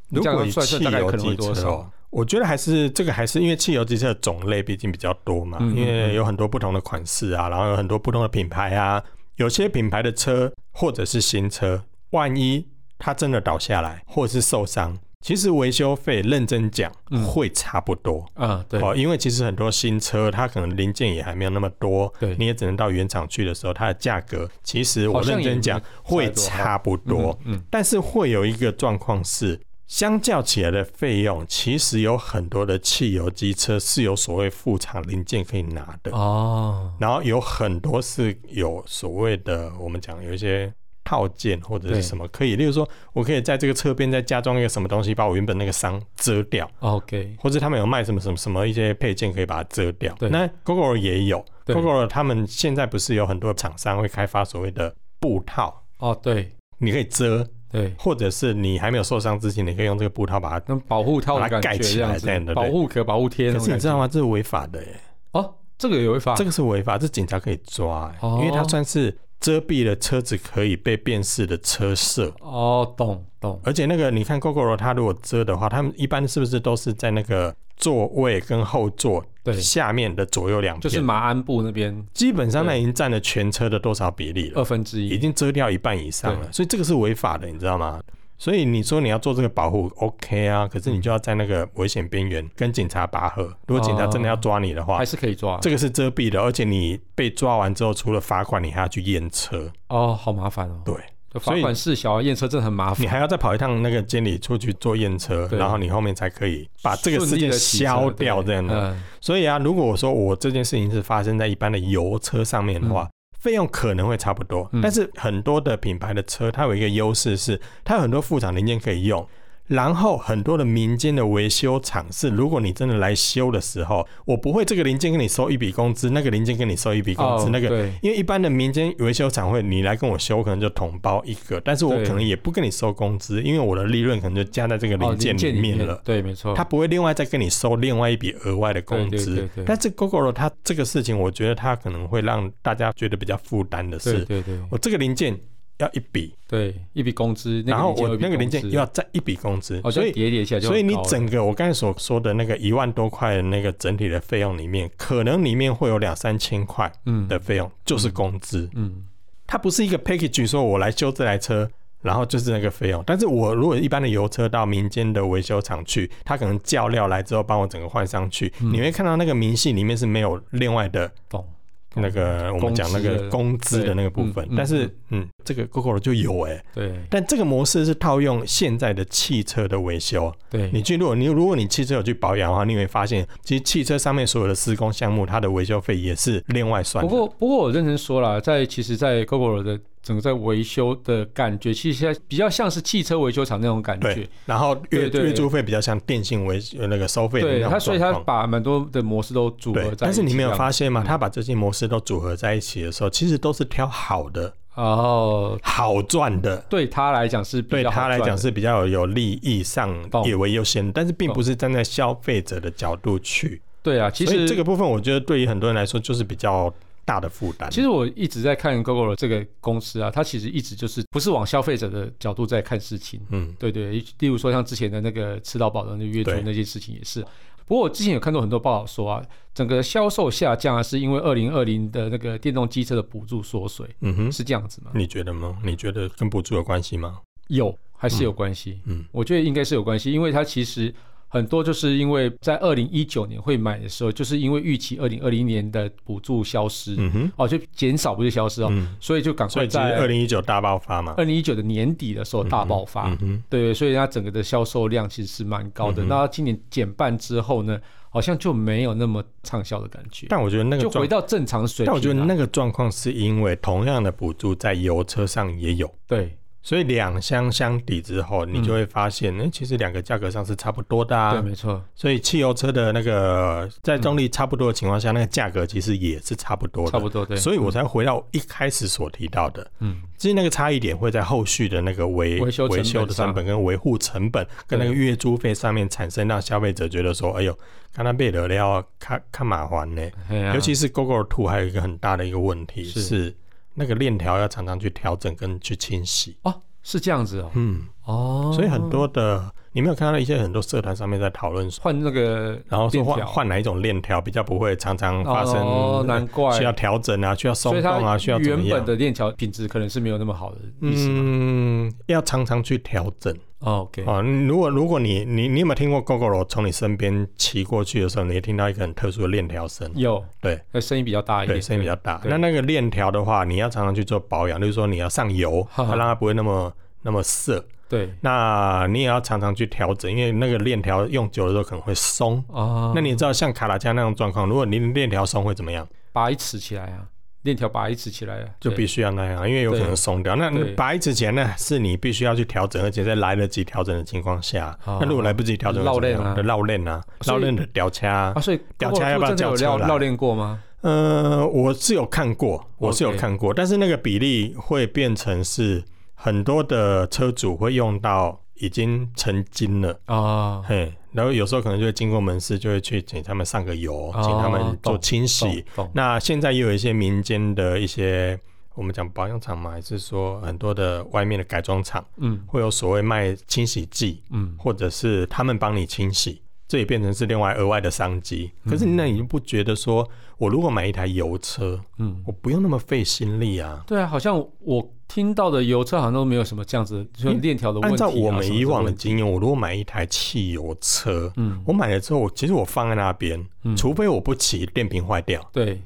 Speaker 1: 你
Speaker 2: 如
Speaker 1: 这
Speaker 2: 果
Speaker 1: 样
Speaker 2: 以
Speaker 1: 算算
Speaker 2: 汽
Speaker 1: 大概
Speaker 2: 油
Speaker 1: 可能会
Speaker 2: 机
Speaker 1: 多
Speaker 2: 车
Speaker 1: 少？
Speaker 2: 哦，我觉得还是这个还是因为汽油机车的种类毕竟比较多嘛，
Speaker 1: 嗯嗯
Speaker 2: 因为有很多不同的款式啊，然后有很多不同的品牌啊，有些品牌的车或者是新车，万一它真的倒下来或者是受伤，其实维修费认真讲
Speaker 1: 嗯
Speaker 2: 会差不多。
Speaker 1: 嗯，对，
Speaker 2: 哦，因为其实很多新车，它可能零件也还没有那么多，
Speaker 1: 对
Speaker 2: 你也只能到原厂去的时候，它的价格其实
Speaker 1: 好
Speaker 2: 我
Speaker 1: 像
Speaker 2: 认
Speaker 1: 也
Speaker 2: 真
Speaker 1: 没
Speaker 2: 讲会差不多，
Speaker 1: 嗯嗯
Speaker 2: 但是会有一个状况是，相较起来的费用，其实有很多的汽油机车是有所谓副厂零件可以拿的，
Speaker 1: 哦，
Speaker 2: 然后有很多是有所谓的我们讲有一些。套件或者
Speaker 1: 对
Speaker 2: 是什么可以，例如说，我可以在这个侧边再加装一个什么东西，把我原本那个伤遮掉。
Speaker 1: OK，
Speaker 2: 或者他们有卖什么什么什么一些配件可以把它遮掉。
Speaker 1: 对
Speaker 2: 那 GoGo 也有
Speaker 1: 对
Speaker 2: ，GoGo 他们现在不是有很多厂商会开发所谓的布套，
Speaker 1: 哦，对
Speaker 2: 你可以遮，
Speaker 1: 对，
Speaker 2: 或者是你还没有受伤之前，你可以用这个布套把它。
Speaker 1: 那保护套的
Speaker 2: 把它
Speaker 1: 感
Speaker 2: 盖
Speaker 1: 觉
Speaker 2: 起
Speaker 1: 这样
Speaker 2: 来这样
Speaker 1: 子，
Speaker 2: 的
Speaker 1: 保
Speaker 2: 对
Speaker 1: 护壳、保护贴那
Speaker 2: 可
Speaker 1: 种
Speaker 2: 是
Speaker 1: 感觉。
Speaker 2: 你知道吗？这是违法的耶，
Speaker 1: 哦，这个有一法
Speaker 2: 啊这个是违法，这警察可以抓耶，
Speaker 1: 哦
Speaker 2: 因为它算是遮蔽了车子可以被辨识的车色。
Speaker 1: 哦，懂懂，
Speaker 2: 而且那个你看 GoGo 它如果遮的话，他们一般是不是都是在那个座位跟后座
Speaker 1: 对
Speaker 2: 下面的左右两边？
Speaker 1: 就是马鞍部那边
Speaker 2: 基本上那已经占了全车的多少比例了？
Speaker 1: 二分之
Speaker 2: 已
Speaker 1: 一。
Speaker 2: 经遮掉一半以上了，所以这个是违法的，你知道吗？所以你说你要做这个保护，OK 啊，
Speaker 1: 嗯
Speaker 2: 可是你就要在那个危险边缘跟警察拔河。如果警察真的要抓你的话，
Speaker 1: 还是可以抓
Speaker 2: 这个是遮蔽的，而且你被抓完之后，除了罚款，你还要去验车，
Speaker 1: 哦，好麻烦哦。
Speaker 2: 对，
Speaker 1: 就罚
Speaker 2: 所以
Speaker 1: 款事小，啊验车真的很麻
Speaker 2: 你
Speaker 1: 烦。
Speaker 2: 还要再跑一趟那个监理处去做验车，
Speaker 1: 对
Speaker 2: 然后你后面才可以把这个事
Speaker 1: 顺利
Speaker 2: 件
Speaker 1: 地骑车
Speaker 2: 消掉，这样的。
Speaker 1: 嗯，
Speaker 2: 所以啊，如果我说我这件事情是发生在一般的油车上面的话，费用可能会差不多，
Speaker 1: 嗯
Speaker 2: 但是很多的品牌的车，它有一个优势是，它有很多副厂零件可以用。然后很多的民间的维修厂是，如果你真的来修的时候，我不会这个零件跟你收一笔工资，那个零件跟你收一笔工资，
Speaker 1: 哦，
Speaker 2: 那个
Speaker 1: 对
Speaker 2: 因为一般的民间维修厂会，你来跟我修，可能就统包一个，但是我
Speaker 1: 对
Speaker 2: 可能也不跟你收工资，因为我的利润可能就加在这个
Speaker 1: 哦
Speaker 2: 零件里
Speaker 1: 里
Speaker 2: 面了。
Speaker 1: 对，没错。
Speaker 2: 他不会另外再跟你收另外一笔额外的工
Speaker 1: 哦对对
Speaker 2: 资
Speaker 1: 对对。
Speaker 2: 但是 GoGo 它这个事情，我觉得它可能会让大家觉得比较负担的
Speaker 1: 对
Speaker 2: 是，
Speaker 1: 对对
Speaker 2: 我这个零件要一笔，
Speaker 1: 对，一笔工资，
Speaker 2: 然后我
Speaker 1: 那个
Speaker 2: 那个零
Speaker 1: 零
Speaker 2: 件又要再一笔工资，
Speaker 1: 哦，
Speaker 2: 所
Speaker 1: 以
Speaker 2: 以。
Speaker 1: 叠叠起来就很
Speaker 2: 所以你
Speaker 1: 高了
Speaker 2: 整个我刚才所说的那个一万多块的那个整体的费用里面，可能里面会有两三千块
Speaker 1: 嗯
Speaker 2: 的费用就是工资，
Speaker 1: 嗯
Speaker 2: 它不是一个 package，说我来修这台车，然后就是那个费用。但是我如果一般的油车到民间的维修厂去，他可能叫料来之后帮我整个换上去，
Speaker 1: 嗯
Speaker 2: 你会看到那个明细里面是没有另外的
Speaker 1: 懂
Speaker 2: 那个我们讲那个工资的那个部分。
Speaker 1: 对嗯
Speaker 2: 但是
Speaker 1: 嗯
Speaker 2: 嗯这个 GoGo 就有哎、
Speaker 1: 对
Speaker 2: 但这个模式是套用现在的汽车的维修。
Speaker 1: 对
Speaker 2: 你去如果你如果你汽车有去保养的话，你会发现其实汽车上面所有的施工项目，它的维修费也是另外算
Speaker 1: 不
Speaker 2: 的。
Speaker 1: 过，不过我认真说了，在其实，在 GoGo 的整个在维修的感觉，其实现在比较像是汽车维修厂那种感觉
Speaker 2: 对。，然后
Speaker 1: 对
Speaker 2: 月
Speaker 1: 对
Speaker 2: 月租费比较像电信维呃那个收费的那
Speaker 1: 对
Speaker 2: 种
Speaker 1: 它，所以它
Speaker 2: 状况
Speaker 1: 把蛮多的模式都组合在一
Speaker 2: 对
Speaker 1: 起。，
Speaker 2: 但是你没有发
Speaker 1: 现
Speaker 2: 现吗？他把这些模式都组合在一起的时候，其实都是挑好的、
Speaker 1: 哦？
Speaker 2: 好赚的，
Speaker 1: 对他来讲是比
Speaker 2: 对
Speaker 1: 较
Speaker 2: 他
Speaker 1: 好
Speaker 2: 来
Speaker 1: 赚
Speaker 2: 讲
Speaker 1: 的
Speaker 2: 是比较有有利益上
Speaker 1: 懂
Speaker 2: 也为优先，但是并
Speaker 1: 懂
Speaker 2: 不是站在消费者的角度去。
Speaker 1: 对啊。其
Speaker 2: 所以
Speaker 1: 实
Speaker 2: 这个部分，我觉得对于很多人来说就是比较大的负担。
Speaker 1: 其实我一直在看 GoGo 这个公司啊，它其实一直就是不是往消费者的角度在看事情。
Speaker 2: 嗯，
Speaker 1: 对对，例如说像之前的那个吃到饱的那个月租
Speaker 2: 对
Speaker 1: 那件事情也是。不过我之前有看到很多报道说啊，整个销售下降啊，是因为二零二零的那个电动机车的补助缩水，
Speaker 2: 嗯哼，
Speaker 1: 是这样子吗？
Speaker 2: 你觉得吗？你觉得跟补助有关系吗？
Speaker 1: 有还是有关系？
Speaker 2: 嗯嗯
Speaker 1: 我觉得应该是有关系，因为它其实很多就是因为在二零一九年会买的时候，就是因为预期二零二零年的补助消失，
Speaker 2: 嗯哼，
Speaker 1: 哦，就减少不是消失哦，
Speaker 2: 嗯，
Speaker 1: 所以就赶
Speaker 2: 所
Speaker 1: 快
Speaker 2: 以其实二
Speaker 1: 在
Speaker 2: 零一九大爆发嘛，
Speaker 1: 二零一九的年底的时候大爆发，
Speaker 2: 嗯哼，
Speaker 1: 对，所以它整个的销售量其实是蛮高的。
Speaker 2: 嗯哼
Speaker 1: 那今年减半之后呢，好像就没有那么畅销的感觉，
Speaker 2: 但我觉得那个
Speaker 1: 就
Speaker 2: 状
Speaker 1: 回到正常水平啊。
Speaker 2: 但我觉得那个状况是因为同样的补助在油车上也有，
Speaker 1: 对
Speaker 2: 所以两相相抵之后，你就会发现，哎、其实两个价格上是差不多的
Speaker 1: 嗯对，
Speaker 2: 啊。
Speaker 1: 没错，
Speaker 2: 所以汽油车的那个在动力差不多的情况下，那个价格其实也是差不多的。
Speaker 1: 差不多对。
Speaker 2: 所以我才回到一开始所提到的，
Speaker 1: 嗯，
Speaker 2: 其实那个差异点会在后续的那个维
Speaker 1: 维修成本
Speaker 2: 的成
Speaker 1: 上
Speaker 2: 本跟维护成本跟那个月租费上面产生，让消费者觉得说，哎呦，看他被惹了，看看麻烦呢。
Speaker 1: 嘿啊
Speaker 2: 尤其是 GoGo Two 还有一个很大的一个问题是
Speaker 1: 是
Speaker 2: 那个链条要常常去调整跟去清洗。
Speaker 1: 哦，是这样子哦，
Speaker 2: 嗯，
Speaker 1: 哦，
Speaker 2: 所以很多的你没有看到一些很多社团上面在讨论说，
Speaker 1: 换那个
Speaker 2: 然后说
Speaker 1: 链
Speaker 2: 换
Speaker 1: 条
Speaker 2: 换哪一种链条比较不会常常嗯发生、
Speaker 1: 哦，难怪
Speaker 2: 需要调整啊，需要松
Speaker 1: 所以
Speaker 2: 动
Speaker 1: 它
Speaker 2: 啊，需要怎么
Speaker 1: 原本
Speaker 2: 样？
Speaker 1: 的链条品质可能是没有那么好的意思嘛。
Speaker 2: 嗯，要常常去调整
Speaker 1: 哦 OK，
Speaker 2: 啊。如果如果你你你有没有听过 GoGo 从你身边骑过去的时候，你会听到一个很特殊的链条声？
Speaker 1: 有
Speaker 2: 对，
Speaker 1: 那声音比较大一
Speaker 2: 对，
Speaker 1: 点，
Speaker 2: 哎声音比较大。
Speaker 1: 对
Speaker 2: 那那个链条的话，你要常常去做保养，就是说你要上油，它
Speaker 1: 哈哈
Speaker 2: 让它不会那么那么涩。
Speaker 1: 对
Speaker 2: 那你也要常常去调整，因为那个链条用久了之后可能会松。
Speaker 1: 啊，
Speaker 2: 那你知道像卡拉加那种状况，如果你链条松会怎么样？
Speaker 1: 把一尺起来啊，链条把一尺起来啊，
Speaker 2: 就
Speaker 1: 对
Speaker 2: 必须要那样，因为有可能松掉。那
Speaker 1: 对
Speaker 2: 拔一之前呢，是你必须要去调整，而且在来得及调整的情况下。
Speaker 1: 哦
Speaker 2: 那如果来不及调整，
Speaker 1: 绕
Speaker 2: 会怎么
Speaker 1: 链
Speaker 2: 样
Speaker 1: 啊
Speaker 2: 的绕链啊，
Speaker 1: 所
Speaker 2: 绕
Speaker 1: 以
Speaker 2: 链的吊掐啊
Speaker 1: 啊，。所以
Speaker 2: 吊
Speaker 1: Google
Speaker 2: 架要不要
Speaker 1: Two 真的
Speaker 2: 叫
Speaker 1: 有
Speaker 2: 车啊
Speaker 1: 绕
Speaker 2: 来
Speaker 1: 绕练过吗？
Speaker 2: 呃，我是有看过，我是有
Speaker 1: OK
Speaker 2: 看过但是那个比例会变成是很多的车主会用到已经成精了，
Speaker 1: 啊，
Speaker 2: 嘿，然后有时候可能就会经过门市，就会去请他们上个油，
Speaker 1: 哦
Speaker 2: 请他们做清洗
Speaker 1: 懂。懂
Speaker 2: 那现在也有一些民间的一些。我们讲保养厂嘛，还是说很多的外面的改装厂
Speaker 1: 嗯
Speaker 2: 会有所谓卖清洗剂，
Speaker 1: 嗯，
Speaker 2: 或者是他们帮你清洗，这也变成是另外额外的商机。
Speaker 1: 嗯
Speaker 2: 可是那你就不觉得说，我如果买一台油车，
Speaker 1: 嗯，
Speaker 2: 我不用那么费心力啊？
Speaker 1: 对啊，好像我听到的油车好像都没有什么这样子，就链条的问
Speaker 2: 按
Speaker 1: 题啊。
Speaker 2: 照我们
Speaker 1: 什么
Speaker 2: 以往
Speaker 1: 问
Speaker 2: 的
Speaker 1: 题
Speaker 2: 经验，我如果买一台汽油车，
Speaker 1: 嗯
Speaker 2: 我买了之后，我其实我放在那边，
Speaker 1: 嗯
Speaker 2: 除非我不骑，电瓶坏掉。
Speaker 1: 对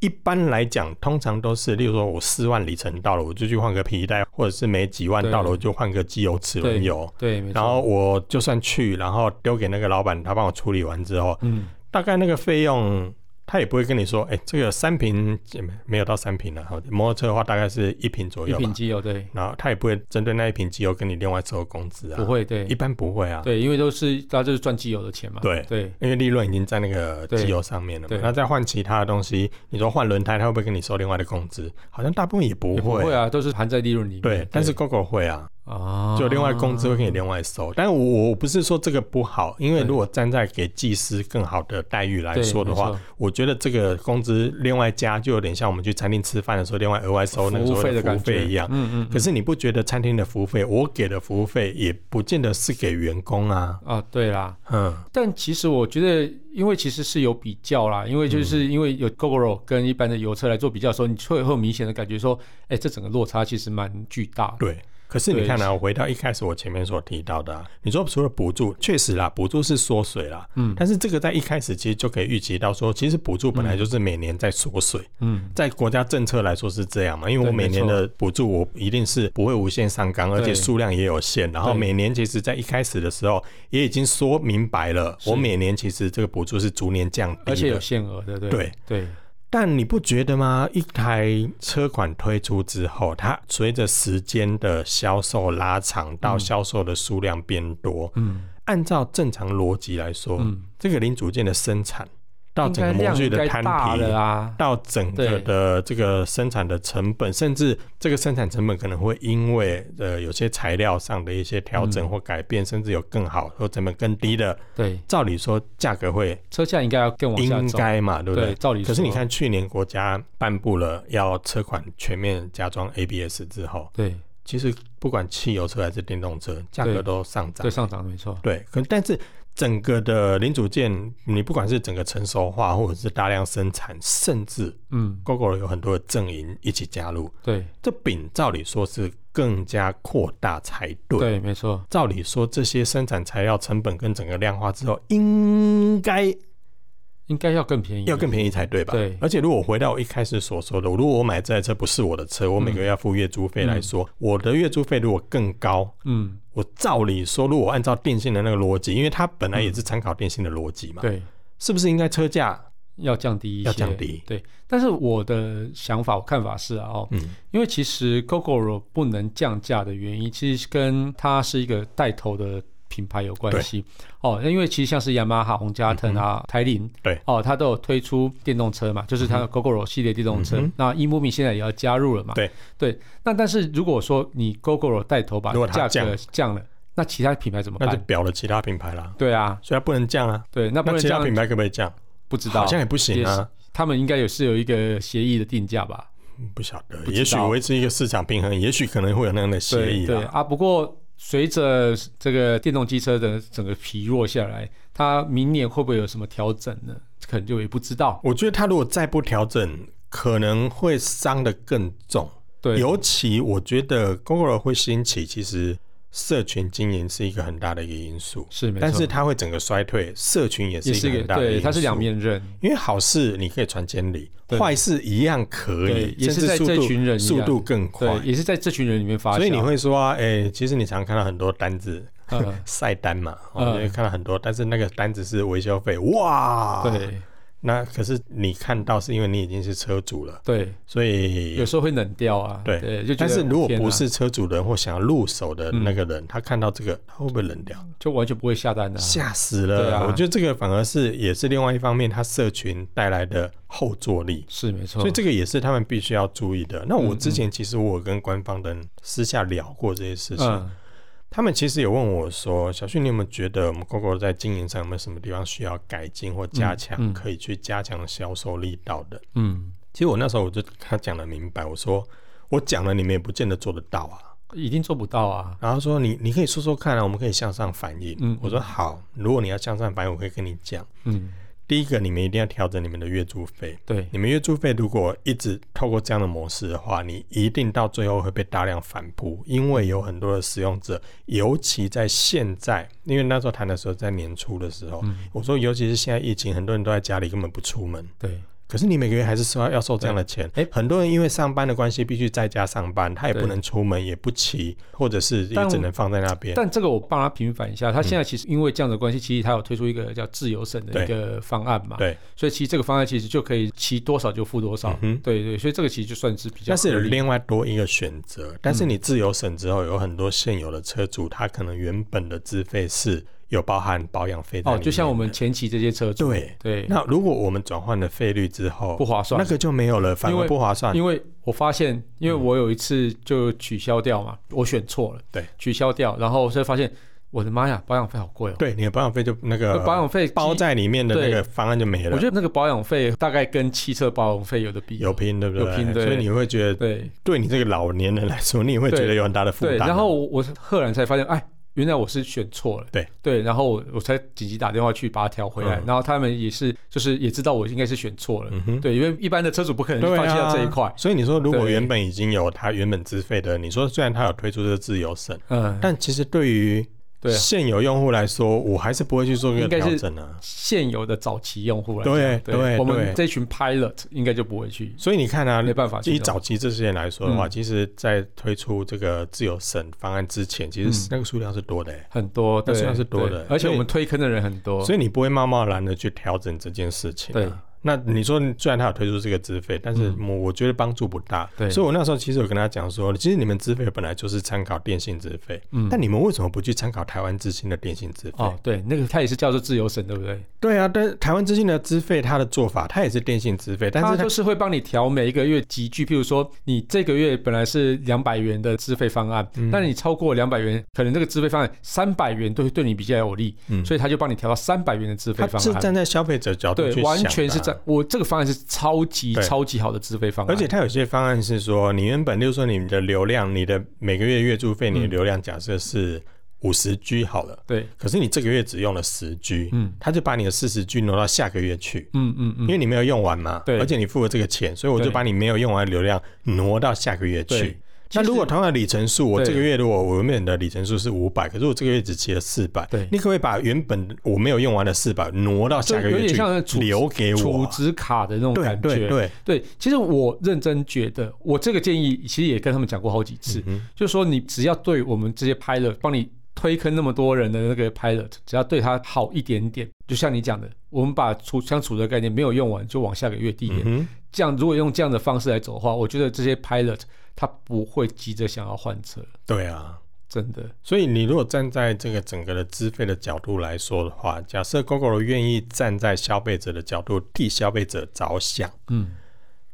Speaker 2: 一般来讲，通常都是，例如说我四万里程到了，我就去换个皮带，或者是没几万
Speaker 1: 对
Speaker 2: 到了，我就换个机油齿轮
Speaker 1: 对
Speaker 2: 油。
Speaker 1: 对，没错。
Speaker 2: 然后我就算去，然后丢给那个老板，他帮我处理完之后，
Speaker 1: 嗯
Speaker 2: 大概那个费用，他也不会跟你说，哎、这个三瓶呃没没有到三瓶了，好，摩托车的话大概是一瓶左
Speaker 1: 一
Speaker 2: 右吧
Speaker 1: 瓶。机油对，
Speaker 2: 然后他也不会针对那一瓶机油跟你另外收工资啊，
Speaker 1: 不，会对
Speaker 2: 一般不会啊，
Speaker 1: 对，因为都是大家就是赚机油的钱嘛。
Speaker 2: 对
Speaker 1: 对
Speaker 2: 因为利润已经在那个
Speaker 1: 对
Speaker 2: 机油上面了嘛
Speaker 1: 对。
Speaker 2: 那再换其他的东西，你说换轮胎，他会不会跟你收另外的工资？好像大部分也不
Speaker 1: 也不
Speaker 2: 会。
Speaker 1: 会啊，都是含在利润里面。
Speaker 2: 对，但是 GoGo 会啊，
Speaker 1: 啊，
Speaker 2: 就另外工资会给你另外收。但我我不是说这个不好，因为
Speaker 1: 对
Speaker 2: 如果站在给技师更好的待遇来
Speaker 1: 对
Speaker 2: 说的话，，
Speaker 1: 没错
Speaker 2: 我觉得这个工资另外加，就有点像我们去餐厅吃饭的时候，另外额外收那个
Speaker 1: 服
Speaker 2: 所
Speaker 1: 务
Speaker 2: 谓
Speaker 1: 费的
Speaker 2: 的服务
Speaker 1: 感
Speaker 2: 费
Speaker 1: 觉
Speaker 2: 一样。
Speaker 1: 嗯嗯
Speaker 2: 可是你不觉得餐厅的服务费，我给的服务费也不见得是给员工啊？
Speaker 1: 啊，对啦。
Speaker 2: 嗯，
Speaker 1: 但其实我觉得，因为其实是有比较啦，因为
Speaker 2: 嗯
Speaker 1: 就是因为有 GoGo 跟一般的油车来做比较的时候，你会会有明显的感觉说，哎，这整个落差其实蛮巨大的。
Speaker 2: 对。可是你
Speaker 1: 对
Speaker 2: 看啊，我回到一开始我前面所提到的、啊，你说除了补助，确实啦，补助是缩水啦，
Speaker 1: 嗯
Speaker 2: 但是这个在一开始其实就可以预期到说，其实补助本来就是每年在缩水，
Speaker 1: 嗯，
Speaker 2: 在国家政策来说是这样嘛，因为我
Speaker 1: 对
Speaker 2: 每年
Speaker 1: 没错
Speaker 2: 的补助我一定是不会无限上纲，而且
Speaker 1: 对
Speaker 2: 数量也有限。然后
Speaker 1: 对
Speaker 2: 每年其实在一开始的时候也已经说明白了，
Speaker 1: 是
Speaker 2: 我每年其实这个补助是逐年降低的。
Speaker 1: 而且有限额的，对
Speaker 2: 对
Speaker 1: 对
Speaker 2: 但你不觉得吗？一台车款推出之后，它随着时间的销售拉长到销售的数量变多，
Speaker 1: 嗯
Speaker 2: 按照正常逻辑来说，
Speaker 1: 嗯，
Speaker 2: 这个零组件的生产到
Speaker 1: 应
Speaker 2: 整
Speaker 1: 该
Speaker 2: 个模
Speaker 1: 量
Speaker 2: 具
Speaker 1: 应
Speaker 2: 的
Speaker 1: 该
Speaker 2: 摊
Speaker 1: 大
Speaker 2: 提
Speaker 1: 了啊，
Speaker 2: 到整个
Speaker 1: 对
Speaker 2: 的这个生产的成本，甚至这个生产成本可能会因为呃有些材料上的一些调整
Speaker 1: 嗯
Speaker 2: 或改变，甚至有更好或成本更低的，
Speaker 1: 对，
Speaker 2: 照理说价格会
Speaker 1: 车价应该要更往下
Speaker 2: 应
Speaker 1: 走，
Speaker 2: 该嘛，对不
Speaker 1: 对，
Speaker 2: 对？
Speaker 1: 照理说。
Speaker 2: 可是你，看，去年国家颁布了要车款全面加装 ABS 之后，
Speaker 1: 对
Speaker 2: 其实不管汽油车还是电动车，价格
Speaker 1: 对
Speaker 2: 都上涨
Speaker 1: 对，。上涨的没错，
Speaker 2: 对，可但是整个的零组件，你不管是整个成熟化，或者是大量生产，甚至
Speaker 1: 嗯，
Speaker 2: GoGo 有很多的阵营一起加入，
Speaker 1: 对
Speaker 2: 这饼照理说是更加扩大才对。
Speaker 1: 对，没错，
Speaker 2: 照理说，这些生产材料成本跟整个量化之后，应该
Speaker 1: 应该要更便宜，
Speaker 2: 要更便宜才对吧？
Speaker 1: 对
Speaker 2: 而且如果回到我一开始所说的，如果我买这台车不是我的车，我每个月要付月租费来说，我的月租费如果更高，
Speaker 1: 嗯，
Speaker 2: 我照理说，如果按照电信的那个逻辑，因为它本来也是参考电信的逻辑嘛，
Speaker 1: 对，
Speaker 2: 是不是应该车价？
Speaker 1: 要降低一些，
Speaker 2: 要降低
Speaker 1: 对。但是我的想法、我看法是啊，哦，
Speaker 2: 嗯
Speaker 1: 因为其实 GoGoRo 不能降价的原因，其实跟它是一个带头的品牌有关系哦。那因为其实像是雅马哈、红加藤啊、台铃，
Speaker 2: 嗯对
Speaker 1: 哦，它都有推出电动车嘛，就是它的 GoGoRo 系列电动车。
Speaker 2: 嗯哼
Speaker 1: 那 eMobi 现在也要加入了嘛，
Speaker 2: 对
Speaker 1: 对。那但是如果说你 GoGoRo 带头把
Speaker 2: 如果它
Speaker 1: 价格降了，那其他品牌怎么
Speaker 2: 那就
Speaker 1: 办？
Speaker 2: 表了其他品牌啦，
Speaker 1: 对啊，
Speaker 2: 所以它不能降啊。
Speaker 1: 对，那不
Speaker 2: 那
Speaker 1: 能
Speaker 2: 其
Speaker 1: 这
Speaker 2: 他
Speaker 1: 样
Speaker 2: 品，牌可不可以降？
Speaker 1: 不知道
Speaker 2: 好像也不行啊，
Speaker 1: 他们应该也是有一个协议的定价吧？
Speaker 2: 嗯不晓得，
Speaker 1: 不知道
Speaker 2: 也许维持一个市场平衡，也许可能会有那样的协
Speaker 1: 对
Speaker 2: 议
Speaker 1: 对
Speaker 2: 啦。
Speaker 1: 啊，不过随着这个电动机车的整个疲弱下来，它明年会不会有什么调整呢？可能就也不知道。
Speaker 2: 我觉得它如果再不调整，可能会伤得更重。
Speaker 1: 对，
Speaker 2: 尤其我觉得 Google 会兴起，其实社群经营是一个很大的一个因素，
Speaker 1: 是没错，
Speaker 2: 但是它会整个衰退，社群也是
Speaker 1: 也
Speaker 2: 一
Speaker 1: 是
Speaker 2: 个
Speaker 1: 一
Speaker 2: 很
Speaker 1: 个
Speaker 2: 大的因
Speaker 1: 对，
Speaker 2: 素。
Speaker 1: 它是两，面刃，
Speaker 2: 因为好事你可以传千里，
Speaker 1: 对
Speaker 2: 坏事一样可以，
Speaker 1: 对也是
Speaker 2: 甚至
Speaker 1: 在
Speaker 2: 速
Speaker 1: 这
Speaker 2: 度
Speaker 1: 群人一样
Speaker 2: 速度更快
Speaker 1: 对，。也是在这群人里面发酵。
Speaker 2: 所以你会说啊，哎、其实你常看到很多单子
Speaker 1: 呃，
Speaker 2: 晒单嘛，我
Speaker 1: 嗯
Speaker 2: 就会看到很多，但是那个单子是维修费，哇，，
Speaker 1: 对
Speaker 2: 那可是你看到是因为你已经是车主了，
Speaker 1: 对，
Speaker 2: 所以
Speaker 1: 有时候会冷掉啊。
Speaker 2: 对
Speaker 1: 对，就觉
Speaker 2: 但
Speaker 1: 得嗯
Speaker 2: 是如果
Speaker 1: 天哪
Speaker 2: 不是车主人或想要入手的那个人，他看到这个，他会不会冷掉？
Speaker 1: 就完全不会下单的啊。
Speaker 2: 吓死
Speaker 1: 对
Speaker 2: 了！
Speaker 1: 啊
Speaker 2: 我觉得这个反而是也是另外一方面，他社群带来的后坐力。
Speaker 1: 是没错，
Speaker 2: 所以这个也是他们必须要注意的。那
Speaker 1: 嗯
Speaker 2: 我之前其实我有跟官方的人私下聊过这些事情，
Speaker 1: 嗯
Speaker 2: 他们其实也问我说：“小旭，你有没有觉得我们 GoGo 在经营上有没有什么地方需要改进或加强，
Speaker 1: 嗯嗯
Speaker 2: 可以去加强销售力道的
Speaker 1: 嗯，？”
Speaker 2: 其实我那时候我就跟他讲的明白，我说：“我讲了，你们也不见得做得到啊。
Speaker 1: 一定做不到啊”。
Speaker 2: 然后他说：“你你可以说说看啊，我们可以向上反映。
Speaker 1: 嗯
Speaker 2: 我说：“好，如果你要向上反映，我可以跟你讲。
Speaker 1: 嗯，
Speaker 2: 第一个，你们一定要调整你们的月租费。
Speaker 1: 对
Speaker 2: 你们月租费如果一直透过这样的模式的话，你一定到最后会被大量反扑，因为有很多的使用者，尤其在现在，因为那时候谈的时候在年初的时候，
Speaker 1: 嗯
Speaker 2: 我说尤其是现在疫情，很多人都在家里根本不出门，
Speaker 1: 对
Speaker 2: 可是你每个月还是收要收这样的钱。
Speaker 1: 对
Speaker 2: 诶很多人因为上班的关系必须在家上班，他也
Speaker 1: 对
Speaker 2: 不能出门，也不骑，或者是也
Speaker 1: 但
Speaker 2: 只能放在那边。
Speaker 1: 但这个我帮他平反一下，他现在其实因为这样的关系，其实他有推出一个叫自由省的
Speaker 2: 对
Speaker 1: 一个方案嘛，
Speaker 2: 对，
Speaker 1: 所以其实这个方案其实就可以骑多少就付多少，
Speaker 2: 嗯哼
Speaker 1: 对对，所以这个其实就算是比较
Speaker 2: 但是
Speaker 1: 合
Speaker 2: 有
Speaker 1: 理，嗯
Speaker 2: 另外多一个选择，但是你自由省之后，有很多现有的车主，他可能原本的资费是有包含保养费
Speaker 1: 哦，
Speaker 2: 在里面的
Speaker 1: 就像我们前期这些车主，
Speaker 2: 对。
Speaker 1: 对，
Speaker 2: 那如果我们转换了费率之
Speaker 1: 不
Speaker 2: 后，
Speaker 1: 划算
Speaker 2: 那，个嗯就没有了，反
Speaker 1: 因为
Speaker 2: 而不划算。
Speaker 1: 因为我发现，因为我有一次就取消掉嘛，我选错了，
Speaker 2: 对，
Speaker 1: 取消掉，然后所以发现我的妈呀，保养费好贵哦，
Speaker 2: 对，你的保养费就那个
Speaker 1: 保养费
Speaker 2: 包在里面的那
Speaker 1: 对
Speaker 2: 个方案就没
Speaker 1: 我
Speaker 2: 了
Speaker 1: 觉，得那个保养费大概跟汽车保养费有的比，
Speaker 2: 有拼对不对？
Speaker 1: 有拼对
Speaker 2: 所以你会觉得，
Speaker 1: 对
Speaker 2: 对你这个老年人来说，你也会觉得有很大的负
Speaker 1: 对，
Speaker 2: 担。
Speaker 1: 然后我我赫然才发现，哎，原来我是选错了。
Speaker 2: 对
Speaker 1: 对，然后我我才紧急打电话去把它调回来，
Speaker 2: 嗯
Speaker 1: 然后他们也是就是也知道我应该是选错了。
Speaker 2: 嗯哼
Speaker 1: 对，因为一般的车主不可能
Speaker 2: 对
Speaker 1: 放弃
Speaker 2: 啊
Speaker 1: 到这一块。
Speaker 2: 所以你说，如果
Speaker 1: 对
Speaker 2: 原本已经有他原本资费的，你说虽然他有推出这个自由省，
Speaker 1: 嗯，
Speaker 2: 但其实对于
Speaker 1: 对啊
Speaker 2: 现有用户来说，我还是不会去做这个
Speaker 1: 应该是
Speaker 2: 调整啊。
Speaker 1: 现有的早期用户来讲，
Speaker 2: 对
Speaker 1: 对，
Speaker 2: 对
Speaker 1: 我们
Speaker 2: 对
Speaker 1: 这群 pilot 应该就不会去，
Speaker 2: 所以你看啊，
Speaker 1: 没办法去
Speaker 2: 以
Speaker 1: 弄
Speaker 2: 早期这些人来说的话，
Speaker 1: 嗯
Speaker 2: 其实，在推出这个自由省方案之前，其
Speaker 1: 嗯
Speaker 2: 实那个数量是多的、欸
Speaker 1: 很多，
Speaker 2: 那
Speaker 1: 对，
Speaker 2: 虽然是多
Speaker 1: 对
Speaker 2: 的
Speaker 1: 而且
Speaker 2: 所以
Speaker 1: 我们推坑的人很多，
Speaker 2: 所以你不会贸贸然的去调整这件事情、
Speaker 1: 哦
Speaker 2: 啊
Speaker 1: 对。嗯
Speaker 2: 那你说，虽然他有推出这个资费，但是我我觉得帮助不大。
Speaker 1: 对
Speaker 2: 所以我那时候其实有跟他讲说，其实你们资费本来就是参考电信资费，
Speaker 1: 嗯
Speaker 2: 但你们为什么不去参考台湾之星的电信资费？
Speaker 1: 哦，对，那个它也是叫做自由省，对不对？
Speaker 2: 对啊，但是台湾之星的资费，它的做法，它也是电信资费，但
Speaker 1: 它
Speaker 2: 是它
Speaker 1: 就是会帮你调每一个月集聚，譬如说你这个月本来是两百元的资费方案，
Speaker 2: 嗯
Speaker 1: 但你超过两百元，可能这个资费方案三百元都会对你比较有利，
Speaker 2: 嗯
Speaker 1: 所以他就帮你调到三百元的资费
Speaker 2: 它
Speaker 1: 方
Speaker 2: 是
Speaker 1: 案。
Speaker 2: 站在消费者角度去
Speaker 1: 对，
Speaker 2: 想的啊
Speaker 1: 完全是在。我这个方案是超级
Speaker 2: 对啊
Speaker 1: 超级好的资费方案，
Speaker 2: 而且它有些方案是说，你原本就是说你的流量，你的每个月月租费，
Speaker 1: 嗯
Speaker 2: 你的流量假设是五十 G 好了，
Speaker 1: 对，
Speaker 2: 可是你这个月只用了十 G，
Speaker 1: 嗯
Speaker 2: 它就把你的四十 G 挪到下个月去，
Speaker 1: 嗯嗯
Speaker 2: 因
Speaker 1: 嗯，
Speaker 2: 为你没有用完嘛，
Speaker 1: 对
Speaker 2: 而且你付了这个钱，所以我就
Speaker 1: 对
Speaker 2: 把你没有用完的流量挪到下个月
Speaker 1: 对
Speaker 2: 去。那
Speaker 1: 其实
Speaker 2: 如果同样的里程数，我
Speaker 1: 对
Speaker 2: 这个月如果我原本的里程数是五百，可是我这个月只骑了四百，
Speaker 1: 对
Speaker 2: 你可不可以把原本我没有用完的四百挪到下个
Speaker 1: 就有
Speaker 2: 月
Speaker 1: 点像
Speaker 2: 去
Speaker 1: 储
Speaker 2: 留给
Speaker 1: 储
Speaker 2: 我啊？
Speaker 1: 值卡的那种
Speaker 2: 对
Speaker 1: 感觉。
Speaker 2: 对对，
Speaker 1: 对其实我认真觉得，我这个建议其实也跟他们讲过好几次，
Speaker 2: 嗯
Speaker 1: 就是说你只要对我们这些 pilot 帮你推坑那么多人的那个 pilot，只要对他好一点点，就像你讲的，我们把储相储的概念没有用完，就往下个月递延。
Speaker 2: 哼嗯
Speaker 1: 这样如果用这样的方式来走的话，我觉得这些 pilot 他不会急着想要换车，
Speaker 2: 哼，对啊。
Speaker 1: 真的。
Speaker 2: 所以你如果站在这个整个的资费的角度来说的话，假设 GoGo 愿意站在消费者的角度替消费者着想，
Speaker 1: 嗯，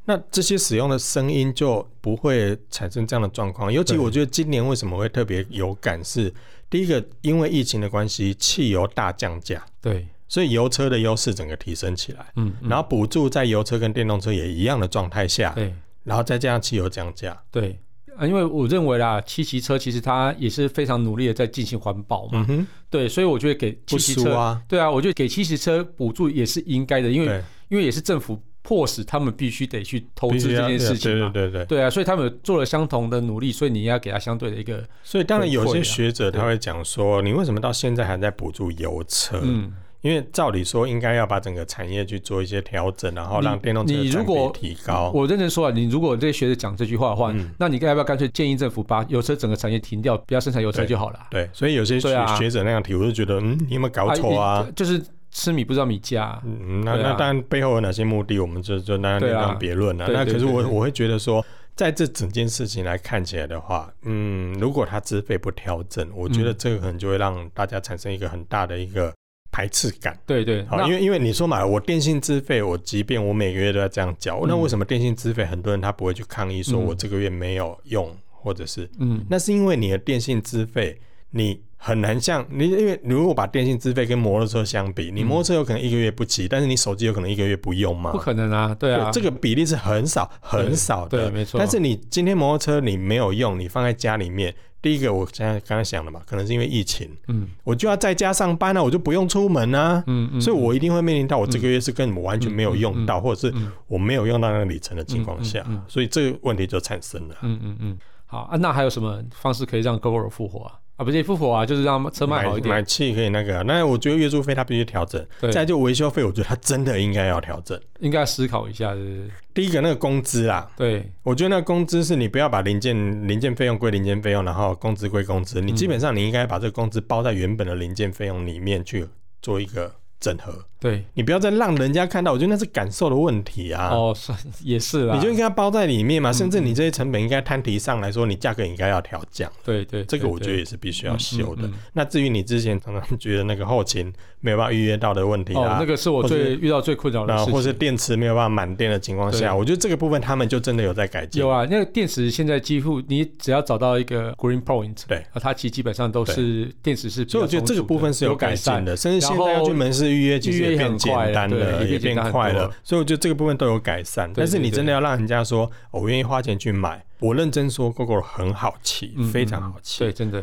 Speaker 2: 那这些使用的声音就不会产生这样的状况。尤其
Speaker 1: 对
Speaker 2: 我觉得今年为什么会特别有感是，第一个因为疫情的关系，汽油大降价，
Speaker 1: 对，
Speaker 2: 所以油车的优势整个提升起来。
Speaker 1: 嗯，嗯
Speaker 2: 然后补助在油车跟电动车也一样的状态下，
Speaker 1: 对。
Speaker 2: 然后再加上汽油降价，
Speaker 1: 对啊，因为我认为啦，七骑车其实它也是非常努力的在进行环保嘛，
Speaker 2: 嗯哼，
Speaker 1: 对，所以我觉得给
Speaker 2: 不
Speaker 1: 七骑
Speaker 2: 输
Speaker 1: 车，
Speaker 2: 啊，
Speaker 1: 对啊，我觉得给七骑车补助也是应该的，因为
Speaker 2: 对，
Speaker 1: 因为也是政府迫使他们必须得去投
Speaker 2: 必
Speaker 1: 资
Speaker 2: 须
Speaker 1: 这
Speaker 2: 要
Speaker 1: 件事情嘛，
Speaker 2: 对对对对。
Speaker 1: 对啊，所以他们有做了相同的努力，所以你也要给他相对的一个，
Speaker 2: 所以当然有
Speaker 1: 会
Speaker 2: 些
Speaker 1: 啊
Speaker 2: 学者他会讲说，你为什么到现在还在补助油车？
Speaker 1: 嗯，
Speaker 2: 因为照理说应该要把整个产业去做一些调整，然后
Speaker 1: 你
Speaker 2: 让电动车的
Speaker 1: 你
Speaker 2: 占
Speaker 1: 如果
Speaker 2: 比提高。
Speaker 1: 我认真说啊，你如果这些学者讲这句话的话，
Speaker 2: 嗯
Speaker 1: 那你该不要干脆建议政府把油车整个产业停掉，不要生产油车
Speaker 2: 对
Speaker 1: 就好了？
Speaker 2: 对，所以有些学、
Speaker 1: 对啊
Speaker 2: 学者那样提，我就觉得，嗯，你有没有搞错啊？
Speaker 1: 一就是吃米不知道米价啊、
Speaker 2: 嗯，那、
Speaker 1: 对啊
Speaker 2: 那当然背后有哪些目的，我们就就那
Speaker 1: 对
Speaker 2: 另
Speaker 1: 啊
Speaker 2: 当别论了、
Speaker 1: 对
Speaker 2: 那
Speaker 1: 对
Speaker 2: 可是
Speaker 1: 对
Speaker 2: 我
Speaker 1: 对
Speaker 2: 我会觉得说，在这整件事情来看起来的话，嗯，如果它资费不调整，我觉得
Speaker 1: 嗯
Speaker 2: 这个可能就会让大家产生一个很大的一个排斥感。
Speaker 1: 对对，
Speaker 2: 好，
Speaker 1: 那
Speaker 2: 因为因为你说嘛，我电信资费，我即便我每个月都要这样交，那
Speaker 1: 嗯
Speaker 2: 为什么电信资费很多人他不会去抗议，说
Speaker 1: 嗯
Speaker 2: 我这个月没有用，或者是
Speaker 1: 嗯，
Speaker 2: 那是因为你的电信资费，你很难像你，因为如果把电信资费跟摩托车相比，你
Speaker 1: 嗯
Speaker 2: 摩托车有可能一个月不骑，但是你手机有可能一个月不用嘛
Speaker 1: 不，可能啊，对啊，
Speaker 2: 这个比例是很少很少的，
Speaker 1: 对，没错。
Speaker 2: 但是你今天摩托车你没有用，你放在家里面，第一个我现在刚才想了嘛，可能是因为疫情，
Speaker 1: 嗯，
Speaker 2: 我就要在家上班啊，我就不用出门啊。
Speaker 1: 嗯嗯，
Speaker 2: 所以我一定会面临到我这个月是根本完全没有用到，或者是
Speaker 1: 嗯
Speaker 2: 我没有用到那个里程的情况下，
Speaker 1: 嗯嗯嗯
Speaker 2: 所以这个问题就产生了。
Speaker 1: 嗯嗯嗯，好啊。那还有什么方式可以让 GoGo 复活啊？啊，不是复活啊，就是让车卖好一
Speaker 2: 买
Speaker 1: 点。
Speaker 2: 买气可以那个啊、那我觉得月租费它必须调整，
Speaker 1: 对，
Speaker 2: 再来就维修费，我觉得它真的应该要调整。
Speaker 1: 应该思考一下，对对
Speaker 2: 第一个那个工资啊，
Speaker 1: 对
Speaker 2: 我觉得那个工资是你不要把零件零件费用归零件费用，然后工资归工资，你
Speaker 1: 嗯
Speaker 2: 基本上你应该把这个工资包在原本的零件费用里面去做一个整合，
Speaker 1: 对。
Speaker 2: 你不要再让人家看到，我觉得那是感受的问题啊。
Speaker 1: 哦，是也是啦，
Speaker 2: 你就应该包在里面
Speaker 1: 嗯
Speaker 2: 嘛，甚至你这些成本应该摊提上来说，你价格应该要调降，
Speaker 1: 对对，
Speaker 2: 这个我觉得
Speaker 1: 得
Speaker 2: 也是必须要修的
Speaker 1: 嗯嗯嗯。
Speaker 2: 那至于你之前常常觉得那个后勤没有办法预约到的问题
Speaker 1: 哦
Speaker 2: 啊，，
Speaker 1: 那个是我
Speaker 2: 或
Speaker 1: 最
Speaker 2: 是
Speaker 1: 遇到最困扰的
Speaker 2: 然
Speaker 1: 事
Speaker 2: 后
Speaker 1: 情。
Speaker 2: 或是电池没有办法满电的情况下，
Speaker 1: 对
Speaker 2: 我觉得这个部分他们就真的有在改进
Speaker 1: 有。啊，那个电池现在几乎你只要找到一个 Green Point，
Speaker 2: 对
Speaker 1: 啊，它其实基本上都是电池是比较充足的，
Speaker 2: 所以我觉得这个部分是
Speaker 1: 有
Speaker 2: 改
Speaker 1: 善
Speaker 2: 进的，甚至现
Speaker 1: 然
Speaker 2: 在要
Speaker 1: 后
Speaker 2: 去门市预约，其实
Speaker 1: 预约
Speaker 2: 也
Speaker 1: 也
Speaker 2: 变
Speaker 1: 很
Speaker 2: 简
Speaker 1: 快
Speaker 2: 单
Speaker 1: 对
Speaker 2: 了，
Speaker 1: 也
Speaker 2: 也
Speaker 1: 变
Speaker 2: 变
Speaker 1: 简单很
Speaker 2: 快
Speaker 1: 多
Speaker 2: 了
Speaker 1: 了。
Speaker 2: 所以我觉得这个部分都有改善。但是
Speaker 1: 对
Speaker 2: 你
Speaker 1: 对
Speaker 2: 真的要让人家说，哦我愿意花钱去买，我认真说，GoGo 很好骑
Speaker 1: 嗯，
Speaker 2: 非常好
Speaker 1: 对，
Speaker 2: 骑。
Speaker 1: 真的，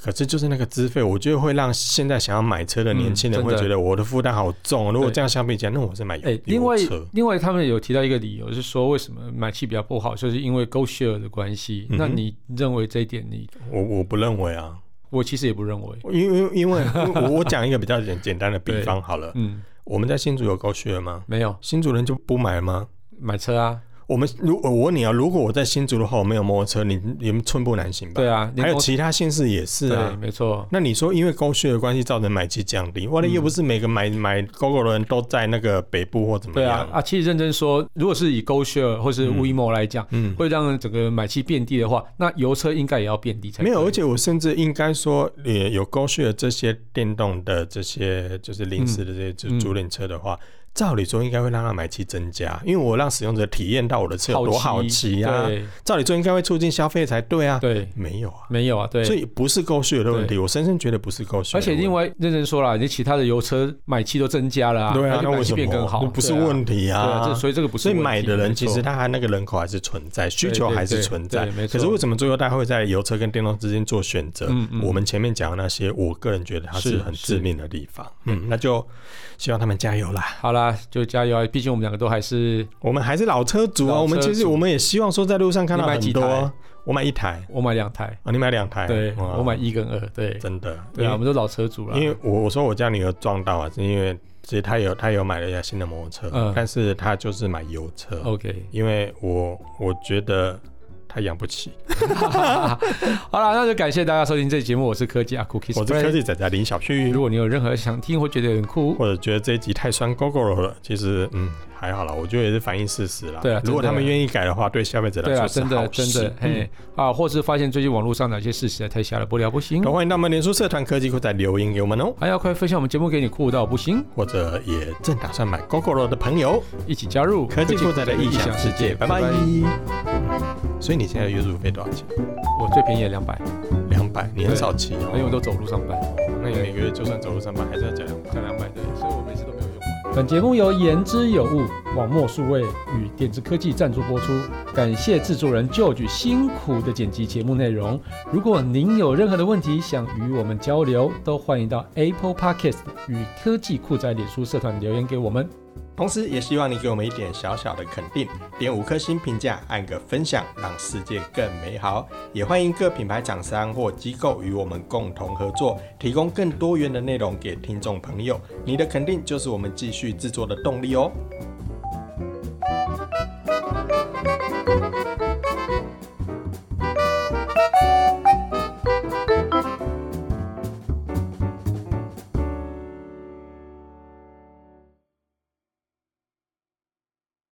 Speaker 2: 可是就是那个资费，我觉得会让现在想要买车的年轻人
Speaker 1: 嗯真
Speaker 2: 会
Speaker 1: 的
Speaker 2: 觉得我的负担好重哦。如果
Speaker 1: 对
Speaker 2: 这样相比起来，那我是买油
Speaker 1: 哎，另外
Speaker 2: 油车。
Speaker 1: 另外他们有提到一个理由是说，为什么买气比较不好，就是因为 GoShare 的关系。
Speaker 2: 嗯哼
Speaker 1: 那你认为这一点你，
Speaker 2: 我我不认为啊，
Speaker 1: 我其实也不认为。
Speaker 2: 因为 因为我我讲一个比较简简单的比方好了，
Speaker 1: 嗯，
Speaker 2: 我们在新竹有高血吗？
Speaker 1: 没有
Speaker 2: 新竹人就不买吗？
Speaker 1: 买车啊，
Speaker 2: 我们如我问你啊，如果我在新竹的话，我没有摩托车，你你们寸步难行吧？
Speaker 1: 对啊，连
Speaker 2: 还有
Speaker 1: 公
Speaker 2: 其他县市也是
Speaker 1: 对，
Speaker 2: 啊。
Speaker 1: 没错，
Speaker 2: 那你说因为高血的关系造成买气降低，哇，那
Speaker 1: 嗯
Speaker 2: 又不是每个买买 GoGo 的人都在那个北部或怎么
Speaker 1: 对
Speaker 2: 样
Speaker 1: 啊？啊，其实认真说，如果是以 GoShare 或是
Speaker 2: 嗯
Speaker 1: WeMo 来讲，
Speaker 2: 嗯，
Speaker 1: 会让整个买气遍地的话，那油车应该也要遍地才
Speaker 2: 没有，
Speaker 1: 对
Speaker 2: 而且我甚至应该说，呃，有高血的这些电动的这些就是临时的这些租
Speaker 1: 嗯
Speaker 2: 租赁车的话，照理说应该会让它买气增加，因为我让使用者体验到我的车有多好骑啊，
Speaker 1: 对
Speaker 2: 照理说应该会促进消费才对啊，
Speaker 1: 对，
Speaker 2: 没有啊，
Speaker 1: 没有啊，对。
Speaker 2: 所以不是高血的问题，我深深觉得不是高血，
Speaker 1: 而且另。外认真说啦，你其他的油车买气都增加了啊，
Speaker 2: 对啊，
Speaker 1: 那
Speaker 2: 那
Speaker 1: 就
Speaker 2: 为
Speaker 1: 买
Speaker 2: 什
Speaker 1: 气
Speaker 2: 么
Speaker 1: 变更好，
Speaker 2: 那不是
Speaker 1: 对啊
Speaker 2: 问题
Speaker 1: 对啊，这所以这个不是
Speaker 2: 所以
Speaker 1: 问题。
Speaker 2: 买的人其
Speaker 1: 没
Speaker 2: 实
Speaker 1: 错
Speaker 2: 他还那个人口还是存在，需求还是存在
Speaker 1: 对对对对没。
Speaker 2: 可
Speaker 1: 错
Speaker 2: 是为什么最后大家会在油车跟电动之间做选择？
Speaker 1: 嗯嗯
Speaker 2: 我们前面讲的那些，我个人觉得它是
Speaker 1: 是
Speaker 2: 很致命的地方。嗯，那就希望他们加油啦。
Speaker 1: 好啦，就加油啊！毕竟我们两个都还是
Speaker 2: 我们还是老车主啊，
Speaker 1: 老车主
Speaker 2: 我们其实我们也希望说在路上看到
Speaker 1: 你买
Speaker 2: 很
Speaker 1: 几
Speaker 2: 多
Speaker 1: 台。
Speaker 2: 我买一台
Speaker 1: 我买两台，
Speaker 2: 啊，你买两台，
Speaker 1: 对
Speaker 2: 哇
Speaker 1: 我买一跟二，对
Speaker 2: 真的，
Speaker 1: 对啊，我们都老车主了，
Speaker 2: 因为我我说我家女儿撞到啊，是因为其实她有她有买了一台新的摩托车，
Speaker 1: 嗯
Speaker 2: 但是她就是买油车，
Speaker 1: OK，
Speaker 2: 因为我我觉得她养不起。
Speaker 1: 好了，那就感谢大家收听这期节目，我是科技阿酷 Kiss，
Speaker 2: 我是科技仔仔林小旭
Speaker 1: 如，果你有任何想听或觉得很酷，
Speaker 2: 或者觉得这一集太酸 GoGo 了，其实嗯还好啦，我觉得也是反映事实啦。
Speaker 1: 对啊
Speaker 2: 如果
Speaker 1: 真的
Speaker 2: 他们愿意改的话，对消费者
Speaker 1: 对
Speaker 2: 来
Speaker 1: 啊，
Speaker 2: 说是
Speaker 1: 真的
Speaker 2: 好
Speaker 1: 真
Speaker 2: 事。嗯
Speaker 1: 的，嘿啊，或是发现最近网络上哪些事实在太瞎了，不聊不行
Speaker 2: 都，欢迎到我们脸书社团科技酷仔留言给我们哦，
Speaker 1: 还要快分享我们节目给你酷到不行，
Speaker 2: 或者也正打算买 GoGo 的朋友，
Speaker 1: 一起加入
Speaker 2: 科技酷仔的异想世界，拜拜。所以你现在的月租费多少钱？
Speaker 1: 我最便宜两百，
Speaker 2: 两百，你很少骑
Speaker 1: 因为
Speaker 2: 哦。
Speaker 1: 哎我都哎走路上班，
Speaker 2: 那你每个月就算走路上班，还是要交两百。
Speaker 1: 加两百对，所以我每次都没有用。
Speaker 3: 本节目由言之有物、网墨数位与点子科技赞助播出，感谢制作人 George 辛苦的剪辑节目内容。如果您有任何的问题想与我们交流，都欢迎到 Apple Podcast 与科技酷宅脸书社团留言给我们。
Speaker 2: 同时，也希望你给我们一点小小的肯定，点五颗星评价，按个分享，让世界更美好。也欢迎各品牌厂商或机构与我们共同合作，提供更多元的内容给听众朋友。你的肯定就是我们继续制作的动力哦。